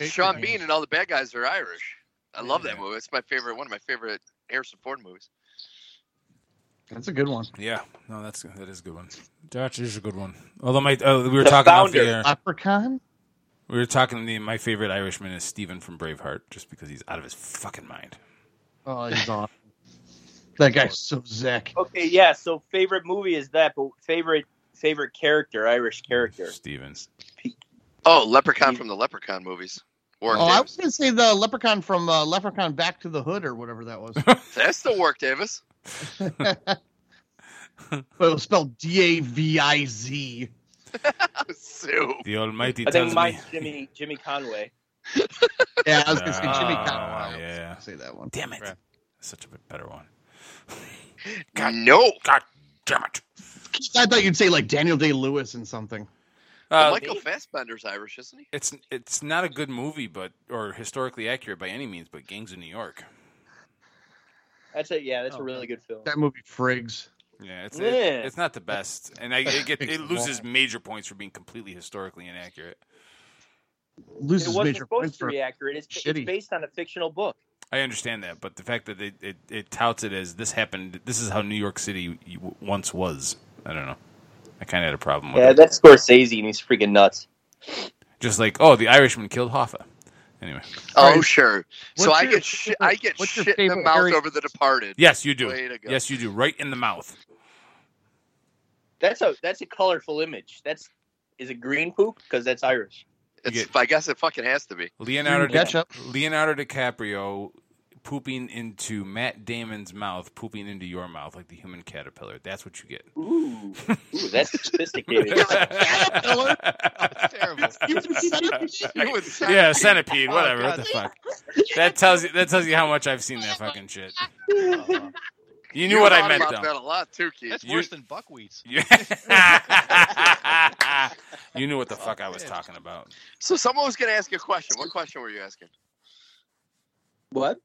[SPEAKER 6] Sean Bean and all the bad guys are Irish. I love that
[SPEAKER 1] Yeah.
[SPEAKER 6] movie. It's my favorite. One of my favorite Harrison Ford movies.
[SPEAKER 5] That's a
[SPEAKER 1] (laughs)
[SPEAKER 5] good one.
[SPEAKER 1] Yeah. No, that's that is a good one. That is a good one. Although my uh, we were talking off the
[SPEAKER 7] founder.
[SPEAKER 1] air.
[SPEAKER 5] Leprechaun.
[SPEAKER 1] We were talking. The, my favorite Irishman is Steven from Braveheart, just because he's out of his fucking mind.
[SPEAKER 5] Oh, he's awesome. That guy's so sick.
[SPEAKER 7] Okay, yeah. So favorite movie is that, but favorite favorite character, Irish character.
[SPEAKER 1] Stevens.
[SPEAKER 6] Oh, Leprechaun from the Leprechaun movies. Warwick
[SPEAKER 5] Oh, I was
[SPEAKER 6] Davis.
[SPEAKER 5] gonna say the Leprechaun from uh, Leprechaun Back to the Hood or whatever
[SPEAKER 1] (laughs)
[SPEAKER 5] that was,
[SPEAKER 6] That's the Warwick Davis. (laughs)
[SPEAKER 5] but it was spelled D A V I Z.
[SPEAKER 6] Sue.
[SPEAKER 1] The Almighty
[SPEAKER 7] I
[SPEAKER 1] tells
[SPEAKER 7] think mine's
[SPEAKER 1] me.
[SPEAKER 7] Jimmy Jimmy Conway.
[SPEAKER 5] Yeah, I was gonna say Jimmy
[SPEAKER 1] Ah,
[SPEAKER 5] Conway. I was
[SPEAKER 1] yeah.
[SPEAKER 5] gonna say that one.
[SPEAKER 1] Damn it! Such a bit better one.
[SPEAKER 6] God, no.
[SPEAKER 1] God damn it!
[SPEAKER 5] I thought you'd say like Daniel Day Lewis and something.
[SPEAKER 1] Uh,
[SPEAKER 6] Michael Fassbender's Irish, isn't he?
[SPEAKER 1] it's it's not a good movie, but or historically accurate by any means. But Gangs of New York.
[SPEAKER 7] That's a yeah. That's a really good film.
[SPEAKER 5] That movie Friggs.
[SPEAKER 1] Yeah, it's
[SPEAKER 7] Yeah.
[SPEAKER 1] It, it's not the best, and I, it get it
[SPEAKER 5] Big
[SPEAKER 1] loses major points for being completely historically inaccurate.
[SPEAKER 7] It
[SPEAKER 5] Loses
[SPEAKER 7] wasn't
[SPEAKER 5] major
[SPEAKER 7] supposed
[SPEAKER 5] points
[SPEAKER 7] to
[SPEAKER 5] for
[SPEAKER 7] be accurate. It's, it's
[SPEAKER 5] shitty.
[SPEAKER 7] based on a fictional book.
[SPEAKER 1] I understand that, but the fact that it, it, it touts it as this happened, this is how New York City w- once was. I don't know. I kind of had a problem with
[SPEAKER 7] Yeah,
[SPEAKER 1] it.
[SPEAKER 7] that's Scorsese, and he's freaking nuts.
[SPEAKER 1] Just like, oh, the Irishman killed Hoffa. Anyway,
[SPEAKER 6] Oh,
[SPEAKER 5] Right.
[SPEAKER 6] sure. so
[SPEAKER 5] What's
[SPEAKER 6] I
[SPEAKER 5] your
[SPEAKER 6] get shi-
[SPEAKER 5] favorite-
[SPEAKER 6] I get
[SPEAKER 5] what's your
[SPEAKER 6] shit in the
[SPEAKER 5] favorite
[SPEAKER 6] mouth
[SPEAKER 5] Harry-
[SPEAKER 6] over The Departed.
[SPEAKER 1] yes, you do.
[SPEAKER 6] Way to go.
[SPEAKER 1] Yes, you do. Right in the mouth.
[SPEAKER 7] That's a that's a colorful image. That's is it green poop because that's Irish.
[SPEAKER 6] It's, I guess it fucking has
[SPEAKER 1] (laughs)
[SPEAKER 6] to be.
[SPEAKER 1] Leonardo
[SPEAKER 5] Green ketchup.
[SPEAKER 1] Leonardo DiCaprio pooping into Matt Damon's mouth, pooping into your mouth like the human caterpillar. That's what you get.
[SPEAKER 7] Ooh, ooh,
[SPEAKER 1] (laughs)
[SPEAKER 7] that's sophisticated. (laughs)
[SPEAKER 5] caterpillar? (laughs)
[SPEAKER 2] That's
[SPEAKER 6] You
[SPEAKER 2] terrible.
[SPEAKER 6] would
[SPEAKER 1] (laughs)
[SPEAKER 6] sound-
[SPEAKER 1] yeah, centipede, whatever.
[SPEAKER 2] Oh,
[SPEAKER 1] what (laughs)
[SPEAKER 2] God.
[SPEAKER 1] the fuck? That tells you that tells you how much I've seen that fucking shit. You knew what I
[SPEAKER 6] thought
[SPEAKER 1] meant,
[SPEAKER 6] about
[SPEAKER 1] though.
[SPEAKER 6] That a lot too, Keith.
[SPEAKER 2] That's
[SPEAKER 1] You-
[SPEAKER 2] worse than buckwheats.
[SPEAKER 1] Yeah. (laughs) you knew what the fuck I was talking about.
[SPEAKER 6] So someone was going to ask a question. What question were you asking?
[SPEAKER 7] What?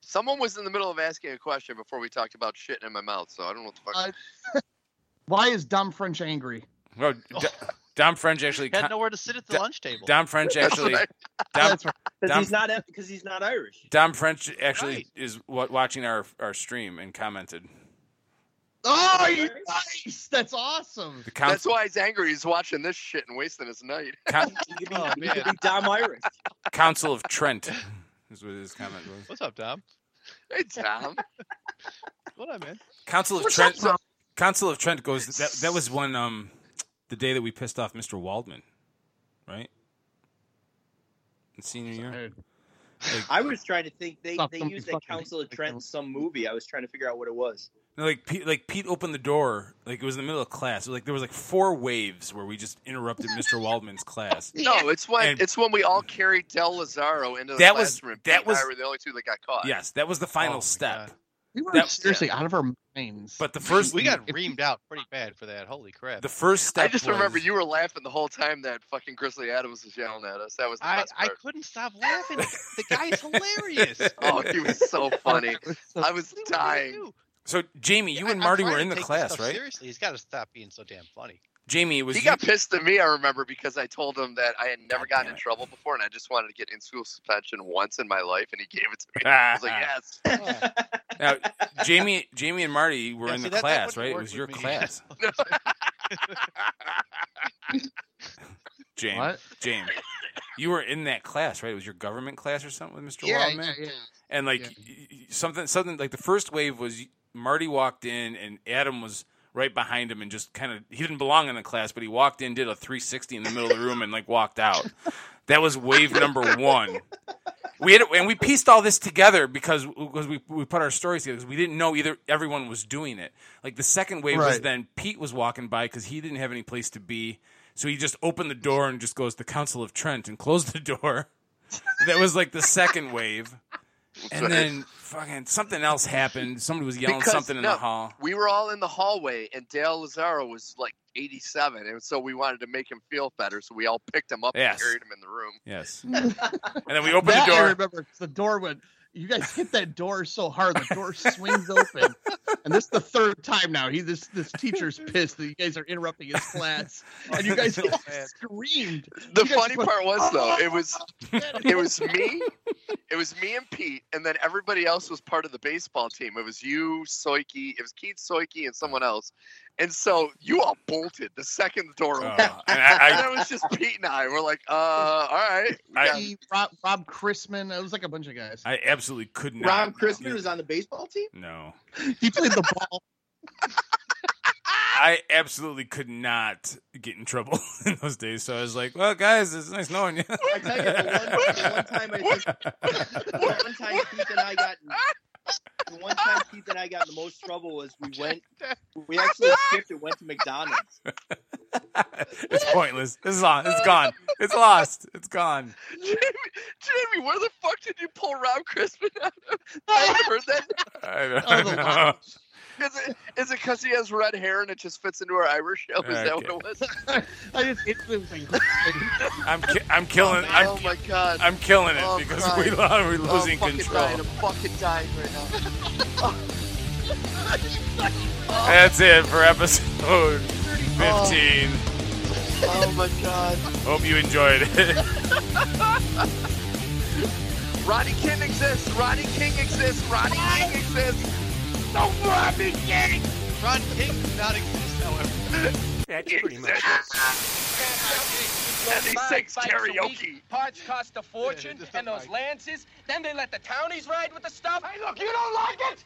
[SPEAKER 6] Someone was in the middle of asking a question before we talked about shit in my mouth. So I don't know what the fuck.
[SPEAKER 5] Uh, (laughs) Why is dumb French angry?
[SPEAKER 1] Well, D- Dom French actually
[SPEAKER 5] Had
[SPEAKER 1] con-
[SPEAKER 5] nowhere to sit at the
[SPEAKER 1] D-
[SPEAKER 5] lunch table.
[SPEAKER 1] Dom French
[SPEAKER 7] That's
[SPEAKER 1] actually.
[SPEAKER 7] right.
[SPEAKER 1] Dom,
[SPEAKER 7] Because
[SPEAKER 1] Dom,
[SPEAKER 7] he's not because he's not Irish.
[SPEAKER 1] Dom French actually is wa- watching our our stream and commented.
[SPEAKER 5] Oh, you nice. That's awesome.
[SPEAKER 1] The count-
[SPEAKER 6] That's why he's angry. He's watching this shit and wasting his night.
[SPEAKER 1] Count-
[SPEAKER 6] oh, man.
[SPEAKER 7] Dom Irish.
[SPEAKER 1] Council of Trent is what his comment was.
[SPEAKER 2] What's up, Dom?
[SPEAKER 6] Hey,
[SPEAKER 2] (laughs)
[SPEAKER 6] Tom.
[SPEAKER 2] What up, man?
[SPEAKER 1] Council of
[SPEAKER 2] What's
[SPEAKER 1] Trent.
[SPEAKER 2] up, Tom?
[SPEAKER 1] Council of Trent goes. That that was one um, the day that we pissed off Mr. Waldman, right? In senior year. Like,
[SPEAKER 7] I was trying to think they,
[SPEAKER 1] Stop
[SPEAKER 7] they
[SPEAKER 1] them
[SPEAKER 7] used
[SPEAKER 1] from
[SPEAKER 7] that
[SPEAKER 1] fucking-
[SPEAKER 7] Council of Trent in some movie. I was trying to figure out what it was.
[SPEAKER 1] No, like Pete, like Pete opened the door. Like it was in the middle of class. It was like there was like four waves where we just
[SPEAKER 6] (laughs)
[SPEAKER 1] interrupted Mr. Waldman's class.
[SPEAKER 6] No, it's when
[SPEAKER 1] And-
[SPEAKER 6] it's when we all carried Del Lazaro into the
[SPEAKER 1] That was-
[SPEAKER 6] classroom.
[SPEAKER 1] that
[SPEAKER 6] Pete and I
[SPEAKER 1] was-
[SPEAKER 6] were the only two that got caught.
[SPEAKER 1] Yes, that was the
[SPEAKER 6] Oh
[SPEAKER 1] final step.
[SPEAKER 5] We were
[SPEAKER 1] That-
[SPEAKER 5] seriously out of our minds.
[SPEAKER 1] But the first
[SPEAKER 2] we got reamed out pretty bad for that. Holy crap!
[SPEAKER 1] the first step.
[SPEAKER 6] I just
[SPEAKER 1] was-
[SPEAKER 6] remember you were laughing the whole time that fucking Grizzly Adams was yelling at us. That was the
[SPEAKER 2] I,
[SPEAKER 6] best
[SPEAKER 2] I
[SPEAKER 6] part.
[SPEAKER 2] couldn't stop laughing. The guy's hilarious.
[SPEAKER 6] (laughs) Oh, he was
[SPEAKER 2] (laughs)
[SPEAKER 6] so funny. I was dying.
[SPEAKER 1] So Jamie, you and
[SPEAKER 2] I'm
[SPEAKER 1] Marty
[SPEAKER 2] trying
[SPEAKER 1] were
[SPEAKER 2] to
[SPEAKER 1] in the
[SPEAKER 2] take this
[SPEAKER 1] class,
[SPEAKER 2] stuff
[SPEAKER 1] right?
[SPEAKER 2] Seriously, he's got to stop being so damn funny.
[SPEAKER 1] Jamie it was
[SPEAKER 6] He
[SPEAKER 1] you-
[SPEAKER 6] got pissed at me, I remember, because I told him that I had never gotten in trouble before and I just wanted to get in school suspension once in my life, and he gave it to me. (laughs) I
[SPEAKER 1] (laughs)
[SPEAKER 6] was like, yes.
[SPEAKER 1] Now, Jamie, Jamie and Marty were
[SPEAKER 6] Yeah,
[SPEAKER 1] in
[SPEAKER 6] see,
[SPEAKER 1] the
[SPEAKER 6] that- that
[SPEAKER 1] class,
[SPEAKER 6] wouldn't
[SPEAKER 1] right? It
[SPEAKER 6] work
[SPEAKER 1] was
[SPEAKER 6] with
[SPEAKER 1] your
[SPEAKER 6] me. (laughs)
[SPEAKER 1] class. James, James, you were in that class, right? It was your government class or something with Mr.
[SPEAKER 5] Yeah,
[SPEAKER 1] Wildman.
[SPEAKER 5] yeah, yeah.
[SPEAKER 1] And like y- y- something, something like the first wave was Marty walked in and Adam was right behind him and just kind of he didn't belong in the class, but he walked in, did a 360 in the middle of the room, and like walked out. That was wave number one. We had, and we pieced all this together because because we, we put our stories together 'cause we didn't know either everyone was doing it. Like the second wave was
[SPEAKER 5] Right.
[SPEAKER 1] then Pete was walking by because he didn't have any place to be, so he just opened the door and just goes the Council of Trent and closed the door. (laughs) that was like the second wave, and then fucking something else happened. Somebody was yelling
[SPEAKER 6] Because,
[SPEAKER 1] something in
[SPEAKER 6] no,
[SPEAKER 1] the hall.
[SPEAKER 6] We were all in the hallway, and Dale Lazaro was like 87, and so we wanted to make him feel better, so we all picked him up
[SPEAKER 1] Yes.
[SPEAKER 6] and carried him in the room.
[SPEAKER 5] (laughs)
[SPEAKER 1] Yes, and then we opened
[SPEAKER 5] (laughs) That
[SPEAKER 1] the door.
[SPEAKER 5] I remember 'cause the door went. You guys hit that door so hard, the door swings open, and this is the third time now. He this this teacher's pissed that you guys are interrupting his
[SPEAKER 1] (laughs)
[SPEAKER 5] class, and you guys all screamed.
[SPEAKER 6] The
[SPEAKER 5] You guys
[SPEAKER 6] funny
[SPEAKER 5] went,
[SPEAKER 6] part was though,
[SPEAKER 5] "Oh!"
[SPEAKER 6] it
[SPEAKER 5] (laughs)
[SPEAKER 6] was it was me, it was me and Pete, and then everybody else was part of the baseball team. It was you, Soiki, it was Keith Soiki, and someone else. And so you all bolted the second the door opened.
[SPEAKER 1] Oh, and I- I-
[SPEAKER 6] and then it was just Pete and I. We're like, uh, all right. (laughs) we
[SPEAKER 5] (laughs)
[SPEAKER 6] got-
[SPEAKER 5] He, Rob, Rob Chrisman. It was like a bunch of guys.
[SPEAKER 1] I absolutely could not.
[SPEAKER 7] Rob Chrisman was on the baseball team.
[SPEAKER 1] No.
[SPEAKER 5] He played the ball.
[SPEAKER 1] I absolutely could not get in trouble (laughs) in those days. So I was like, well, guys, it's nice knowing you.
[SPEAKER 7] I tell you, the one, the one time I think,
[SPEAKER 1] (laughs)
[SPEAKER 7] the one time Keith and I got the one time Keith and I got in the most trouble was we went we actually skipped and went to McDonald's.
[SPEAKER 1] it's pointless. This is on. It's gone. It's lost. It's gone.
[SPEAKER 6] Jamie, Jamie, where the fuck did you pull Rob Crispin out of?
[SPEAKER 5] (laughs)
[SPEAKER 6] I haven't heard that.
[SPEAKER 1] I don't
[SPEAKER 6] Oh, the
[SPEAKER 1] know.
[SPEAKER 6] lines. Is it is it because he has red hair and it just fits into our Irish show? Is that what it
[SPEAKER 1] (laughs)
[SPEAKER 6] was?
[SPEAKER 5] I just it was like, (laughs)
[SPEAKER 1] I'm ki- I'm killing.
[SPEAKER 6] oh,
[SPEAKER 1] I'm,
[SPEAKER 6] my god!
[SPEAKER 1] I'm killing it
[SPEAKER 6] Oh, I'm
[SPEAKER 1] because
[SPEAKER 6] crying.
[SPEAKER 1] we are we're
[SPEAKER 6] Oh, I'm
[SPEAKER 1] losing
[SPEAKER 6] fucking
[SPEAKER 1] control.
[SPEAKER 6] Dying. I'm fucking dying right now.
[SPEAKER 1] That's it for episode 15.
[SPEAKER 6] Oh my god!
[SPEAKER 1] Hope you enjoyed it. (laughs)
[SPEAKER 6] Roddy King exists. Roddy King exists. Roddy King exists. No Roddy King.
[SPEAKER 2] Rod King does not exist, however.
[SPEAKER 6] That's pretty much
[SPEAKER 15] Those
[SPEAKER 6] And he
[SPEAKER 15] five
[SPEAKER 6] sings
[SPEAKER 15] fights a week,
[SPEAKER 6] karaoke.
[SPEAKER 15] Parts cost a fortune, and those lances. Then they let the townies ride with the stuff. Hey, look, you don't like it.